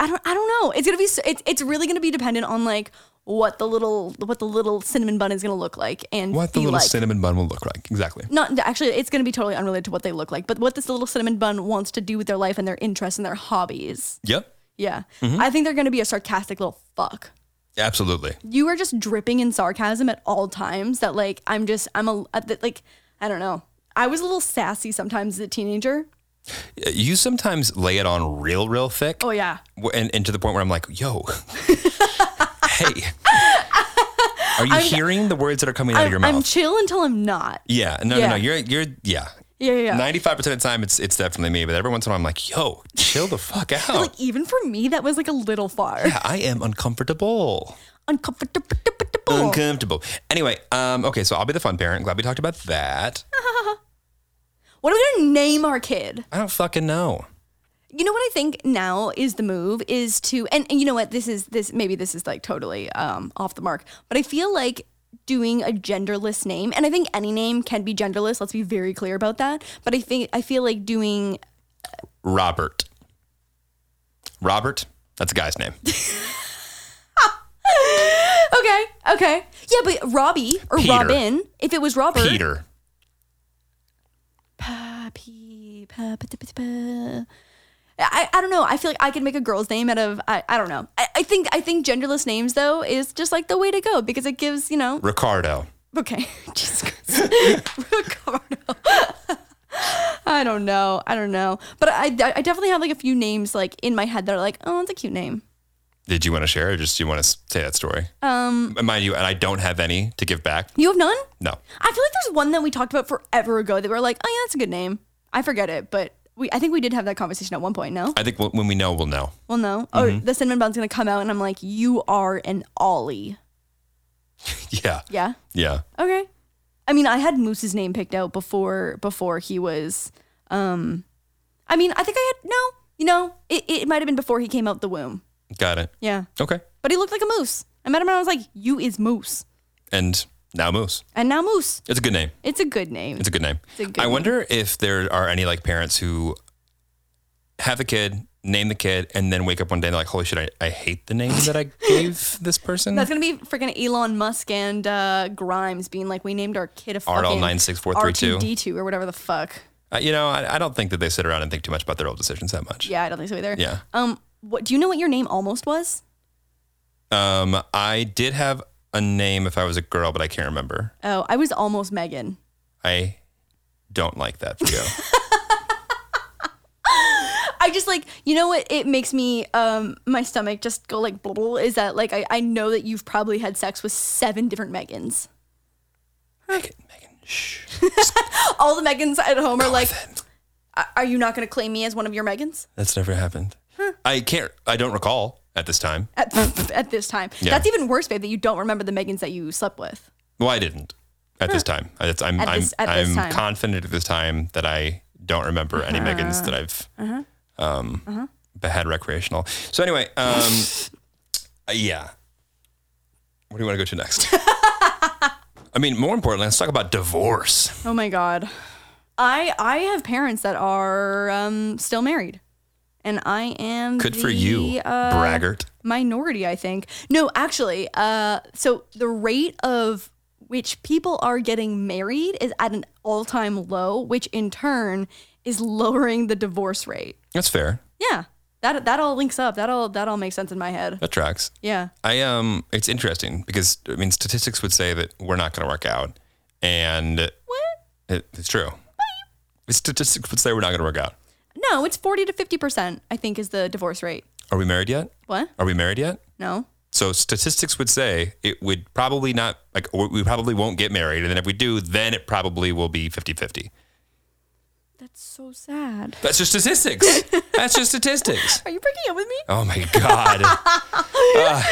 C: I don't, I don't know. It's gonna be, so- it's, it's really gonna be dependent on like what the little, what the little cinnamon bun is gonna look like and
B: What the
C: be
B: little
C: like.
B: cinnamon bun will look like.
C: (laughs)
B: Exactly.
C: Not actually, it's gonna be totally unrelated to what they look like, but what this little cinnamon bun wants to do with their life and their interests and their hobbies.
B: Yep.
C: Yeah,
B: Mm-hmm.
C: I think they're gonna be a sarcastic little fuck.
B: Absolutely.
C: you are just dripping in sarcasm at all times that like i'm just i'm a at the- like i don't know i was a little sassy sometimes as a teenager
B: You sometimes lay it on real, real thick.
C: oh yeah
B: Wh- and, and to the point where I'm like,
C: (laughs)
B: yo, hey, are you hearing the words that are coming out of your
C: I'm,
B: mouth?
C: I'm chill until i'm not
B: yeah, no,
C: Yeah.
B: no, no. You're, you're, yeah.
C: yeah yeah, yeah.
B: Ninety-five percent of the time, it's it's definitely me. But every once in a while, I'm like, "Yo, chill the fuck
C: But,
B: out."
C: (laughs) like even for me that was like a little far
B: Oh. Yeah, I am uncomfortable.
C: uncomfortable Oh.
B: Uncomfortable. Anyway, um, okay, so I'll be the fun parent. Glad we talked about that.
C: what are we gonna name our kid
B: I don't fucking know.
C: you know what i think now is the move is to and, and you know what this is this maybe this is like totally um off the mark but i feel like doing a genderless name and i think any name can be genderless let's be very clear about that but i think i feel like doing
B: Robert. Robert. That's a guy's name.
C: Okay, okay. Yeah, but Robbie or
B: Peter.
C: Robin, if it was Robert.
B: Peter.
C: Pa- pe- pa- pa- pa- pa- pa. I, I don't know. I feel like I could make a girl's name out of I, I don't know. I, I think I think genderless names though is just like the way to go because it gives, you know
B: Ricardo.
C: okay. (laughs) Jesus Christ. Ricardo. (laughs) I don't know. I don't know. But I, I definitely have like a few names like in my head that are like, oh, that's a cute name.
B: Did you want to share, or just you want to say that story? Um, mind you, and I don't have any to give back.
C: You have none?
B: No,
C: I feel like there's one that we talked about forever ago that we were like, oh yeah, that's a good name. I forget it, but we I think we did have that conversation at one point. No,
B: I think w- when we know, we'll know. (laughs)
C: well, no. Or
B: Mm-hmm.
C: the cinnamon bun's gonna come out, and I'm like, you are an ollie.
B: Yeah,
C: Yeah.
B: yeah.
C: Okay. I mean, I had Moose's name picked out before before he was. um I mean, I think I had no. You know, it, it might have been before he came out the womb.
B: Got it.
C: Yeah.
B: Okay.
C: But he looked like a moose. I met him and I was like, you is moose.
B: And now Moose.
C: And now moose.
B: It's a good name.
C: It's a good name.
B: It's a good name.
C: It's a good
B: I
C: name.
B: wonder if there are any like parents who have a kid, name the kid, and then wake up one day and they're like, holy shit, I, I hate the name that I
C: (laughs)
B: gave this person.
C: That's gonna be freaking Elon Musk and uh, Grimes being like, we named our kid a fucking
B: RL96432.
C: R2D2 or whatever the fuck.
B: Uh, you know, I, I don't think that they sit around and think too much about their old decisions that much.
C: Yeah, I don't think so either.
B: Yeah.
C: Um, what do you know what your name almost was?
B: Um, I did have a name if I was a girl, but I can't remember.
C: Oh, I was almost Megan.
B: I don't like that video.
C: (laughs) I just like you know what it makes me um my stomach just go like (laughs) blah, blah, blah, is that like I, I know that you've probably had sex with seven different Megans.
B: Megan, Megan, shh.
C: All the Megans at home are like, "A- are you not gonna claim me as one of your Megans
B: That's never happened. I can't, I don't recall at this time.
C: at, (laughs) at this time?
B: Yeah.
C: That's even worse, babe. That you don't remember the Megans that you slept with.
B: Well, I didn't at this time. I- That's, I'm,
C: At this-
B: I'm,
C: at this
B: I'm
C: time. Uh-huh.
B: confident at this time that I don't remember any Megans that I've um, had recreational. So anyway,
C: (laughs)
B: um, uh, yeah. What do you want to go to
C: (laughs)
B: next? I mean, more importantly, let's talk about divorce.
C: Oh my god. I I have parents that are um, still married, and I am
B: Good for
C: the,
B: you,
C: uh,
B: braggart.
C: minority, I think. No, actually, uh, so the rate of which people are getting married is at an all time low, which in turn is lowering the divorce rate.
B: That's fair.
C: Yeah. That, that all links up. That all that all makes sense in my head.
B: That tracks.
C: Yeah.
B: I um, it's interesting because I mean, statistics would say that we're not going to work out, and It, it's true. Statistics would say we're not going to work out.
C: No, it's forty to fifty percent, I think, is the divorce rate.
B: Are we married yet?
C: What?
B: Are we married yet?
C: No.
B: So statistics would say it would probably not like we we probably won't get married, and then if we do, then it probably will be 50-50.
C: That's so sad.
B: That's just statistics. That's just statistics.
C: Are you breaking up with me?
B: Oh my
C: (laughs)
B: god. Uh,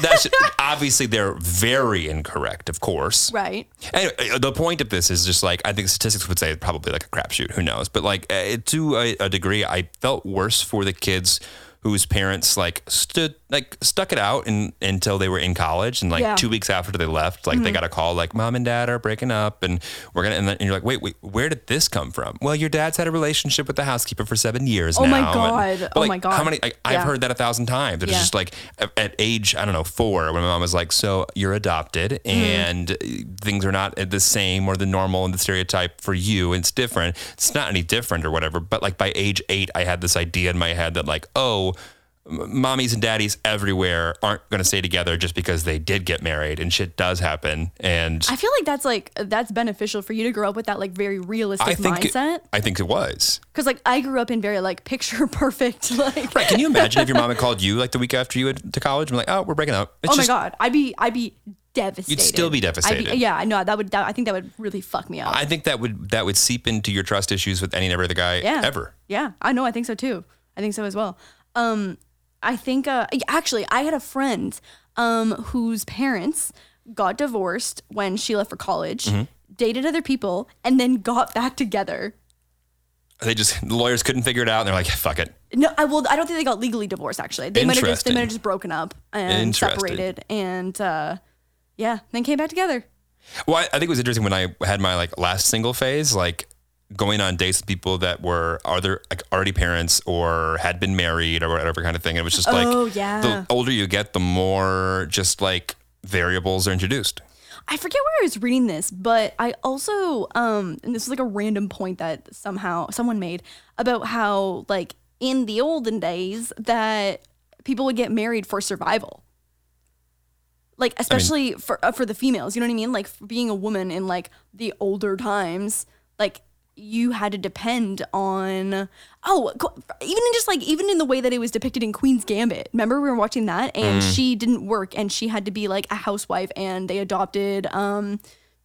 B: that's obviously they're very incorrect, of course.
C: Right.
B: Anyway, uh, the point of this is just like I think statistics would say it's probably like a crapshoot. Who knows? But like uh, to a, a degree, I felt worse for the kids whose parents like stood like stuck it out in, until they were in college, and like
C: Yeah. Mm-hmm.
B: two weeks after they left, like they got a call like mom and dad are breaking up, and we're gonna and, then, and you're like wait wait where did this come from? Well, your dad's had a relationship with the housekeeper for seven years.
C: Oh my
B: now.
C: God.
B: but,
C: Oh
B: like,
C: my God.
B: How many? Like, I've
C: Yeah.
B: heard that a thousand times. It's
C: Yeah.
B: just like at, at age, I don't know, four, when my mom was like, so you're adopted
C: Mm-hmm.
B: and uh, things are not the same or the normal and the stereotype for you. It's different. It's not any different or whatever. But like by age eight, I had this idea in my head that like, oh, m- mommies and daddies everywhere aren't going to stay together just because they did get married and shit does happen. And
C: I feel like that's like that's beneficial for you to grow up with that like very realistic
B: I think,
C: mindset.
B: I think it was.
C: Because like I grew up in very like picture perfect (laughs) like
B: Right. Can you imagine if your mom had called you like the week after you went to college? I'm like, oh, we're breaking up. It's
C: oh my
B: just-
C: god I'd be I'd be devastated.
B: still be
C: I'd
B: devastated.
C: be, yeah, I know that would that, I think that would really fuck me up.
B: I think that would that would seep into your trust issues with any and every other guy
C: yeah,
B: ever.
C: Yeah, I know. I think so too. I think so as well. Um, I think uh, actually I had a friend um whose parents got divorced when she left for college,
B: Mm-hmm.
C: dated other people, and then got back together.
B: They just the lawyers couldn't figure it out, and they're like, "Fuck it."
C: No, I well, I don't think they got legally divorced. Actually, they might have just they
B: Interesting.
C: might have just broken up and
B: Interesting.
C: separated, and uh, yeah, then came back together.
B: Well, I, I think it was interesting when I had my like last single phase, like going on dates with people that were either like already parents or had been married or whatever kind of thing. It was just like,
C: Oh, yeah.
B: the older you get, the more just like variables are introduced.
C: I forget where I was reading this, but I also um and this is like a random point that somehow someone made about how like in the olden days that people would get married for survival. Like especially for uh, for the females, you know what I mean? Like for being a woman in like the older times, like you had to depend on oh co- even in just like even in the way that it was depicted in Queen's Gambit. Remember we were watching that and
B: Mm.
C: she didn't work and she had to be like a housewife and they adopted um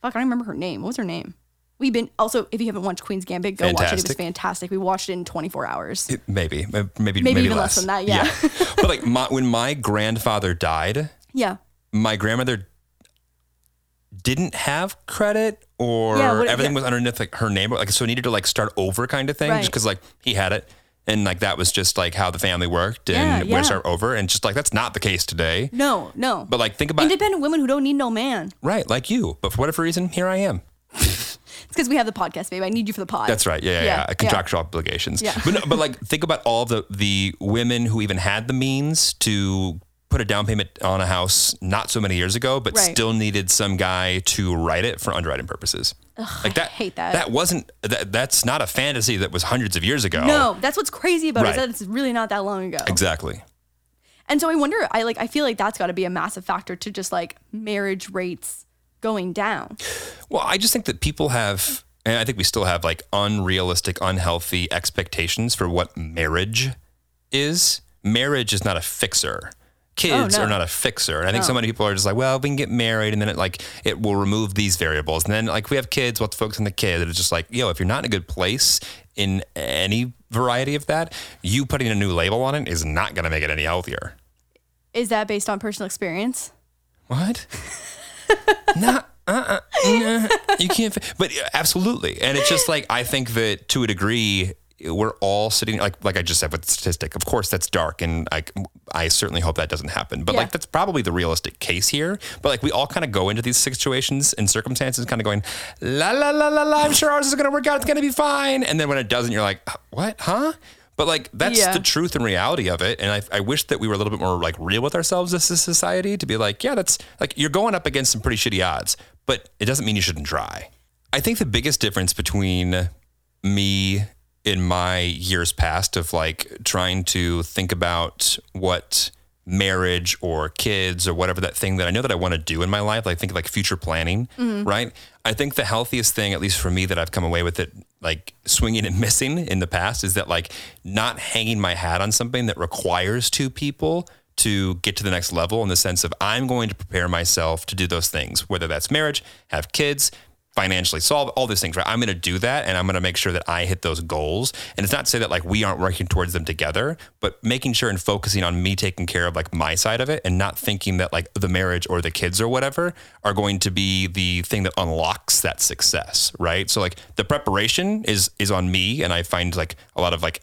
C: fuck I don't remember her name. What was her name? We've been also if you haven't watched Queen's Gambit, go watch it. It
B: Fantastic.
C: was fantastic. We watched it in 24 hours.
B: It- maybe, maybe, maybe,
C: even less than that, yeah.
B: but like my, when my grandfather died,
C: Yeah.
B: my grandmother didn't have credit or
C: Yeah, what-
B: everything
C: yeah.
B: was underneath like her name like so needed to like start over kind of thing just
C: Right.
B: because like he had it and like that was just like how the family worked
C: Yeah,
B: and
C: yeah.
B: wars are over and just like that's not the case today.
C: No, no.
B: But like think about
C: Independent women who don't need no man.
B: right, like you, but for whatever reason, here I am.
C: It's because we have the podcast, babe. I need you for the pod.
B: That's right. Yeah, yeah,
C: Yeah,
B: yeah.
C: yeah.
B: Contractual obligations.
C: Yeah.
B: But no, but like think about all the the women who even had the means to put a down payment on a house not so many years ago, but
C: Right.
B: still needed some guy to write it for underwriting purposes. like that.
C: hate that.
B: That wasn't that, that's not a fantasy that was hundreds of years ago.
C: No, that's what's crazy about it is
B: Right.
C: that it's really not that long ago.
B: Exactly.
C: And so I wonder, I like, I feel like that's got to be a massive factor to just like marriage rates going down.
B: Well, I just think that people have, and I think we still have like unrealistic, unhealthy expectations for what marriage is. Marriage is not a fixer. Kids
C: no.
B: are not a fixer. And I think so many people are just like, well, we can get married and then it like it will remove these variables. And then like we have kids, we'll have to focus on the kids. And it's just like, yo, if you're not in a good place in any variety of that, you putting a new label on it is not gonna make it any healthier.
C: Is that based on personal experience?
B: What? (laughs) no, uh-uh, nah, you can't. fi- But uh, absolutely, and it's just like I think that to a degree we're all sitting like like I just said with the statistic. Of course, that's dark, and I I certainly hope that doesn't happen. But
C: Yeah.
B: like that's probably the realistic case here. But like we all kind of go into these situations and circumstances kind of going la la la la la. I'm sure ours is going to work out. It's going to be fine. And then when it doesn't, you're like, "Uh, what? Huh? But like that's
C: Yeah.
B: the truth and reality of it. And I, I wish that we were a little bit more like real with ourselves as a society to be like, yeah, that's like you're going up against some pretty shitty odds, but it doesn't mean you shouldn't try. I think the biggest difference between me in my years past of like trying to think about what marriage or kids or whatever that thing that I know that I want to do in my life, like think like future planning, right? I think the healthiest thing, at least for me, that I've come away with it, like swinging and (laughs) missing in the past is that like not hanging my hat on something that requires two people to get to the next level in the sense of I'm going to prepare myself to do those things, whether that's marriage, have kids, financially solve all these things, right? I'm going to do that and I'm going to make sure that I hit those goals. And it's not to say that like we aren't working towards them together, but making sure and focusing on me taking care of like my side of it and not thinking that like the marriage or the kids or whatever are going to be the thing that unlocks that success, right? So like the preparation is is on me and I find like a lot of like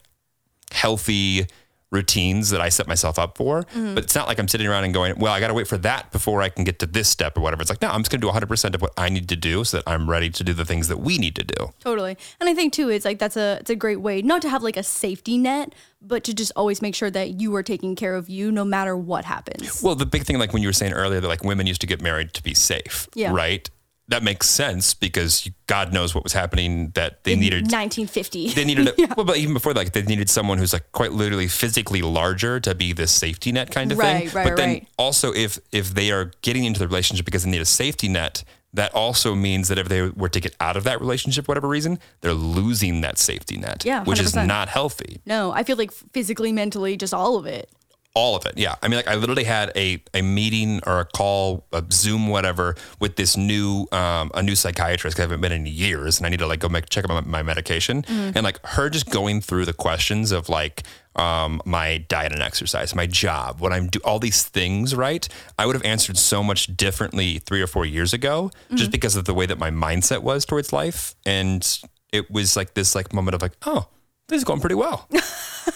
B: healthy routines that I set myself up for. But it's not like I'm sitting around and going, well, I got to wait for that before I can get to this step or whatever. It's like, no, I'm just going to do 100% of what I need to do so that I'm ready to do the things that we need to do.
C: Totally. And I think too, it's like that's a it's a great way not to have like a safety net, but to just always make sure that you are taking care of you no matter what happens.
B: Well, the big thing, like when you were saying earlier, that like women used to get married to be safe,
C: Yeah.
B: right? That makes sense because God knows what was happening that they needed
C: 1950. (laughs)
B: they needed a, well, but even before like they needed someone who's like quite literally physically larger to be this safety net kind of
C: Right,
B: thing.
C: right,
B: but then
C: right.
B: also if if they are getting into the relationship because they need a safety net, that also means that if they were to get out of that relationship, for whatever reason, they're losing that safety net,
C: Yeah,
B: which is
C: 100%.
B: not healthy.
C: no, I feel like physically, mentally, just all of it.
B: All of it. Yeah. I mean, like I literally had a, a meeting or a call, a Zoom, whatever, with this new, um, a new psychiatrist. 'cause I haven't been in years and I need to like go make, check out my, my medication and like her just going through the questions of like, um, my diet and exercise, my job, what I'm do, all these things, right? I would have answered so much differently three or four years ago, just because of the way that my mindset was towards life, and it was like this like moment of like, oh, this is going pretty well.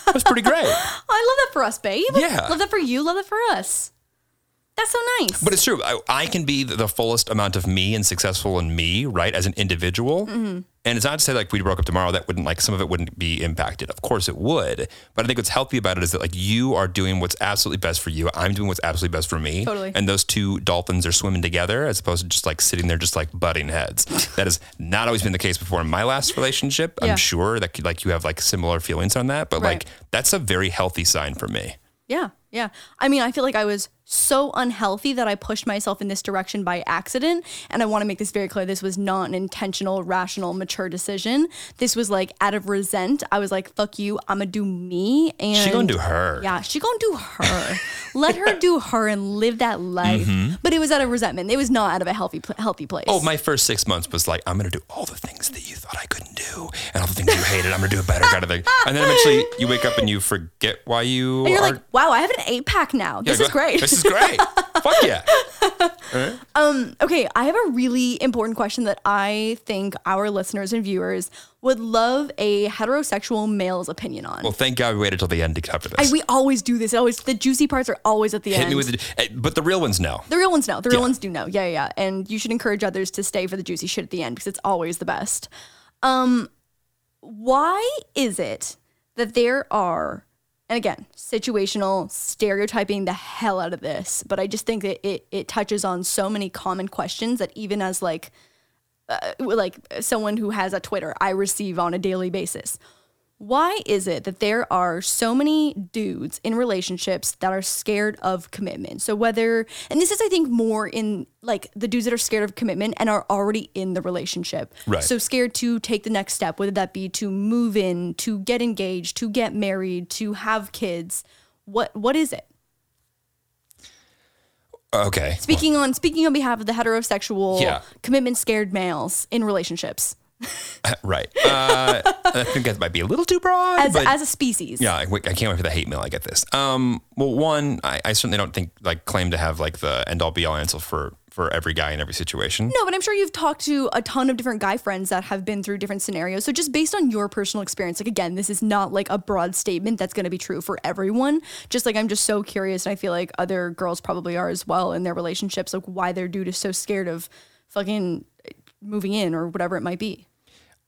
B: That's pretty great.
C: Oh, I love that for us, babe.
B: Yeah.
C: Love that for you. Love that for us. That's so nice.
B: But it's true. I, I can be the the fullest amount of me and successful in me, right, as an individual.
C: Mm-hmm.
B: And it's not to say like we broke up tomorrow, that wouldn't like some of it wouldn't be impacted. Of course it would. But I think what's healthy about it is that like you are doing what's absolutely best for you. I'm doing what's absolutely best for me.
C: Totally.
B: And those two dolphins are swimming together as opposed to just like sitting there just like butting
C: (laughs)
B: heads. that has not always been the case before in my last relationship.
C: Yeah.
B: I'm sure that like you have like similar feelings on that. But
C: Right.
B: like that's a very healthy sign for me.
C: yeah, yeah. I mean, I feel like I was so unhealthy that I pushed myself in this direction by accident. And I want to make this very clear this was not an intentional, rational, mature decision. This was like out of resent. I was like, fuck you, I'm going to do me. And
B: She gonna do her.
C: Yeah, she gonna do her. Let
B: (laughs)
C: her do her and live that life.
B: Mm-hmm.
C: But it was out of resentment. It was not out of a healthy, pl- healthy place.
B: Oh, my first six months was like, I'm going to do all the things that you thought I couldn't do. you and all the things you hated. I'm gonna do it better, kind of thing. And then eventually you wake up and you forget why you
C: And you're
B: are.
C: like, wow, I have an eight pack now.
B: Yeah,
C: This
B: go-
C: is great.
B: This is
C: (laughs)
B: great. Fuck yeah.
C: Okay, I have a really important question that I think our listeners and viewers would love a heterosexual male's opinion on.
B: Well, thank God we waited till the end to cover
C: I,
B: this.
C: we always do this. It always the juicy parts are always at the
B: Hit
C: end.
B: me with the, eh, but the real ones know.
C: the real ones know. The real ones do know. Yeah, yeah, yeah. And you should encourage others to stay for the juicy shit at the end because it's always the best. Um, why is it that there are, and again, situational stereotyping the hell out of this, but I just think that it it touches on so many common questions that even as like uh, like someone who has a Twitter, I receive on a daily basis. Why is it that there are so many dudes in relationships that are scared of commitment? So whether and this is I think more in like the dudes that are scared of commitment and are already in the relationship.
B: Right.
C: So scared to take the next step, whether that be to move in, to get engaged, to get married, to have kids. What what is it?
B: Okay. (laughs)
C: Speaking on speaking on behalf of the heterosexual
B: Yeah.
C: commitment scared males in relationships.
B: Right. Uh, I think that might be a little too broad.
C: As
B: but
C: as a species.
B: yeah, I, wait, I can't wait for the hate mail I get this. Um, well, one, I, I certainly don't think like claim to have like the end all be all answer for for every guy in every situation.
C: No, but I'm sure you've talked to a ton of different guy friends that have been through different scenarios. So just based on your personal experience, like again, this is not like a broad statement that's going to be true for everyone. Just like I'm just so curious, and I feel like other girls probably are as well in their relationships, like why their dude is so scared of fucking eh, moving in or whatever it might be.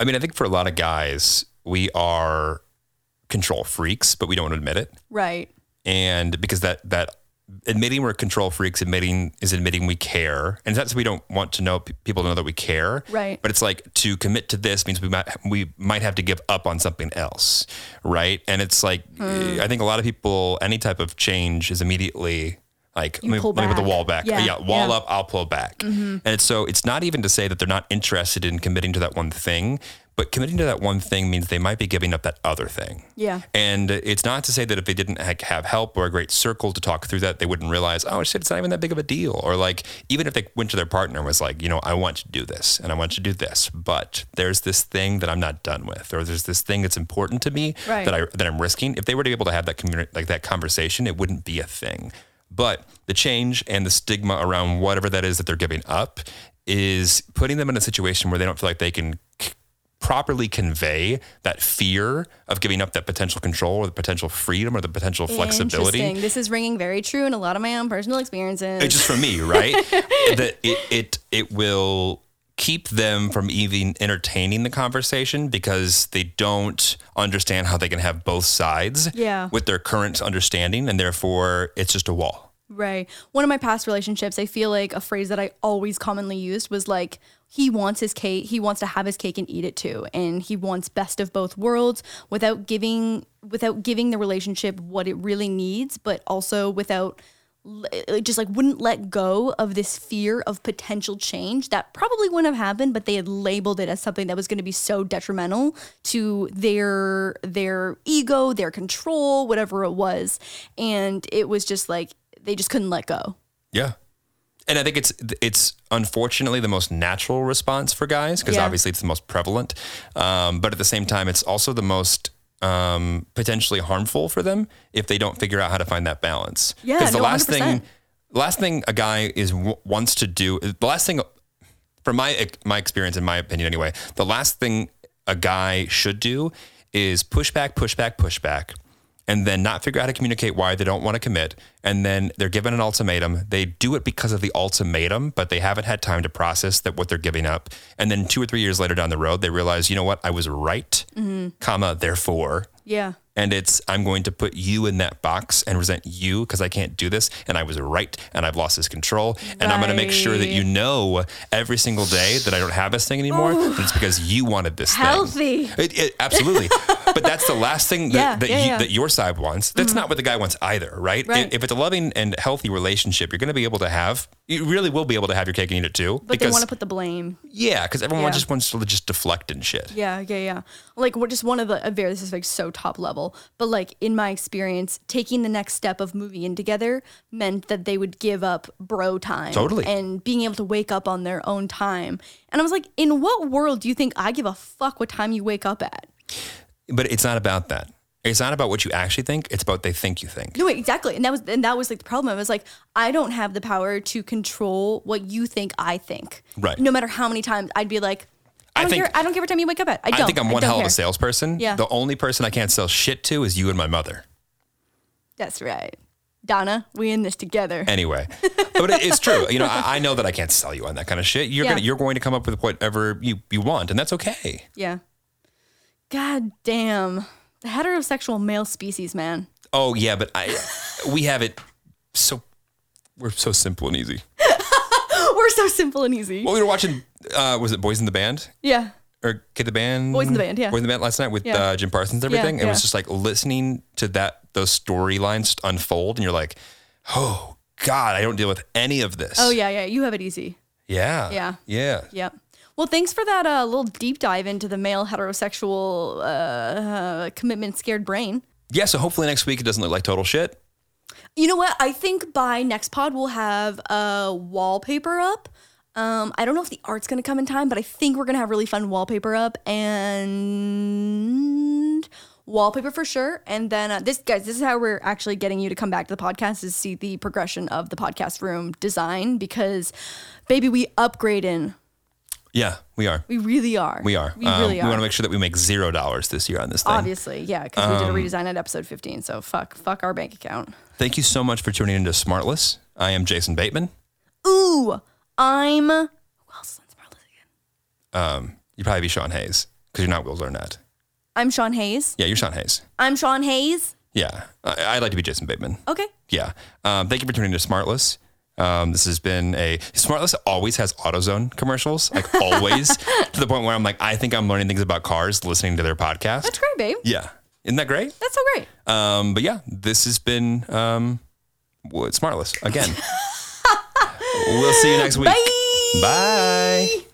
B: I mean, I think for a lot of guys, we are control freaks, but we don't admit it.
C: Right.
B: and because that that admitting we're control freaks admitting is admitting we care and it's not that we don't want to know people to know that we care
C: Right.
B: but it's like to commit to this means we might we might have to give up on something else right and it's like
C: Hmm.
B: i think a lot of people any type of change is immediately like let me,
C: pull
B: let me put the
C: back.
B: wall back
C: Yeah,
B: yeah, wall
C: yeah. Mm-hmm.
B: up i'll pull back and it's so it's not even to say that they're not interested in committing to that one thing but committing to that one thing means they might be giving up that other thing
C: Yeah.
B: and it's not to say that if they didn't ha- have help or a great circle to talk through that, they wouldn't realize, oh shit, it's not even that big of a deal. Or like, even if they went to their partner and was like, you know, I want to do this and I want to do this, but there's this thing that I'm not done with, or there's this thing that's important to me
C: Right.
B: that I that I'm risking. If they were to be able to have that communi- like that conversation, it wouldn't be a thing. But the change and the stigma around whatever that is that they're giving up is putting them in a situation where they don't feel like they can c- properly convey that fear of giving up that potential control or the potential freedom or the potential flexibility.
C: Interesting. This is ringing very true in a lot of my own personal experiences.
B: It's just for me,
C: (laughs)
B: right? that it, it it will keep them from even entertaining the conversation because they don't understand how they can have both sides
C: Yeah.
B: with their current understanding and therefore it's just a wall.
C: Right. One of my past relationships, I feel like a phrase that I always commonly used was like, he wants his cake, he wants to have his cake and eat it too. And he wants best of both worlds without giving without giving the relationship what it really needs, but also without l- it uh, just like wouldn't let go of this fear of potential change that probably wouldn't have happened, but they had labeled it as something that was going to be so detrimental to their their ego, their control, whatever it was. And it was just like they just couldn't let go.
B: Yeah. And I think it's it's unfortunately the most natural response for guys because
C: Yeah.
B: obviously it's the most prevalent, um, but at the same time it's also the most um, potentially harmful for them if they don't figure out how to find that balance.
C: Yeah,
B: the
C: no,
B: last
C: 100%.
B: thing, last thing a guy is w- wants to do, the last thing, from my my experience in my opinion anyway, the last thing a guy should do is push back, push back, push back, and then not figure out how to communicate why they don't want to commit, and then they're given an ultimatum. They do it because of the ultimatum, but they haven't had time to process that what they're giving up, and then two or three years later down the road, they realize, you know what, I was right,
C: Mm-hmm.
B: comma therefore,
C: Yeah.
B: and it's I'm going to put you in that box and resent you because I can't do this and I was right and I've lost this control and I'm going to make sure that you know every single day that I don't have this thing anymore. that it's because you wanted this
C: Healthy.
B: thing. It, it, absolutely. but that's the last thing
C: (laughs)
B: that,
C: Yeah,
B: that,
C: yeah,
B: you,
C: yeah. Mm-hmm.
B: that your side wants. That's not what the guy wants either, right?
C: Right.
B: If- If it's a loving and healthy relationship, you're going to be able to have, you really will be able to have your cake and eat it too.
C: But they want to put the blame.
B: yeah, because everyone
C: Yeah.
B: just wants to just deflect and shit.
C: Yeah, yeah, yeah. Like what just one of the uh, very this is like so top level. couple, but like in my experience, taking the next step of moving in together meant that they would give up bro time.
B: Totally.
C: And being able to wake up on their own time. And I was like, in what world do you think I give a fuck what time you wake up at?
B: But it's not about that. It's not about what you actually think. It's about they think you think.
C: No, wait, exactly. And that was and that was like the problem. I was like, I don't have the power to control what you think I think.
B: Right.
C: No matter how many times I'd be like, I,
B: I
C: don't
B: think-
C: care. I don't care what time you wake up at. I
B: I,
C: don't.
B: think I'm one
C: don't
B: hell of
C: care.
B: a salesperson.
C: Yeah.
B: The only person I can't sell shit to is you and my mother.
C: That's right. Donna, we in this together. (laughs)
B: Anyway, but it, it's true. You know, I, I know that I can't sell you on that kind of shit. You're
C: Yeah.
B: gonna you're going to come up with whatever you you want, and that's okay.
C: yeah. God damn. The heterosexual male species, man. (gasps)
B: Oh yeah, but I we have it so we're so simple and easy.
C: We're so simple and easy.
B: Well, we were watching uh, was it Boys in the Band
C: Yeah.
B: or Kid the Band?
C: Boys in the Band, yeah.
B: Boys in the Band last night with
C: Yeah.
B: uh, Jim Parsons and
C: Yeah,
B: everything. It
C: yeah.
B: was just like listening to that those storylines unfold, and you're like, oh god, I don't deal with any of this.
C: Oh yeah, yeah. You have it easy.
B: Yeah.
C: Yeah.
B: Yeah.
C: Yep. Well, thanks for that uh, little deep dive into the male heterosexual uh, uh, commitment scared brain.
B: Yeah. So hopefully next week it doesn't look like total shit.
C: You know what? I think by next pod we'll have a wallpaper up. Um, I don't know if the art's gonna come in time, but I think we're gonna have really fun wallpaper up and wallpaper for sure. And then uh, this, guys, this is how we're actually getting you to come back to the podcast is see the progression of the podcast room design because, baby, we upgrading.
B: Yeah, we are.
C: We really are.
B: We are.
C: We really
B: Um, We
C: are.
B: want to make sure that we make zero dollars this year on this thing. Um,
C: Obviously, yeah, because we did a redesign at episode 15. So fuck, fuck our bank account.
B: Thank you so much for tuning into Smartless. I am Jason Bateman.
C: Ooh, I'm. Who else is on Smart List again?
B: Um, you probably be Sean Hayes because you're not Will Arnett.
C: I'm Sean Hayes.
B: Yeah, you're Sean Hayes.
C: I'm Sean Hayes.
B: Yeah, I- I'd like to be Jason Bateman.
C: Okay.
B: Yeah. Um, thank you for tuning into Smartless. Um, this has been a Smartless always has AutoZone commercials,
C: (laughs)
B: like always, to the point where I'm like, I think I'm learning things about cars listening to their podcast.
C: That's great, babe.
B: Yeah, isn't that great?
C: That's so great.
B: Um, but yeah, this has been um, what- Smartless again. we'll see you next week. Bye.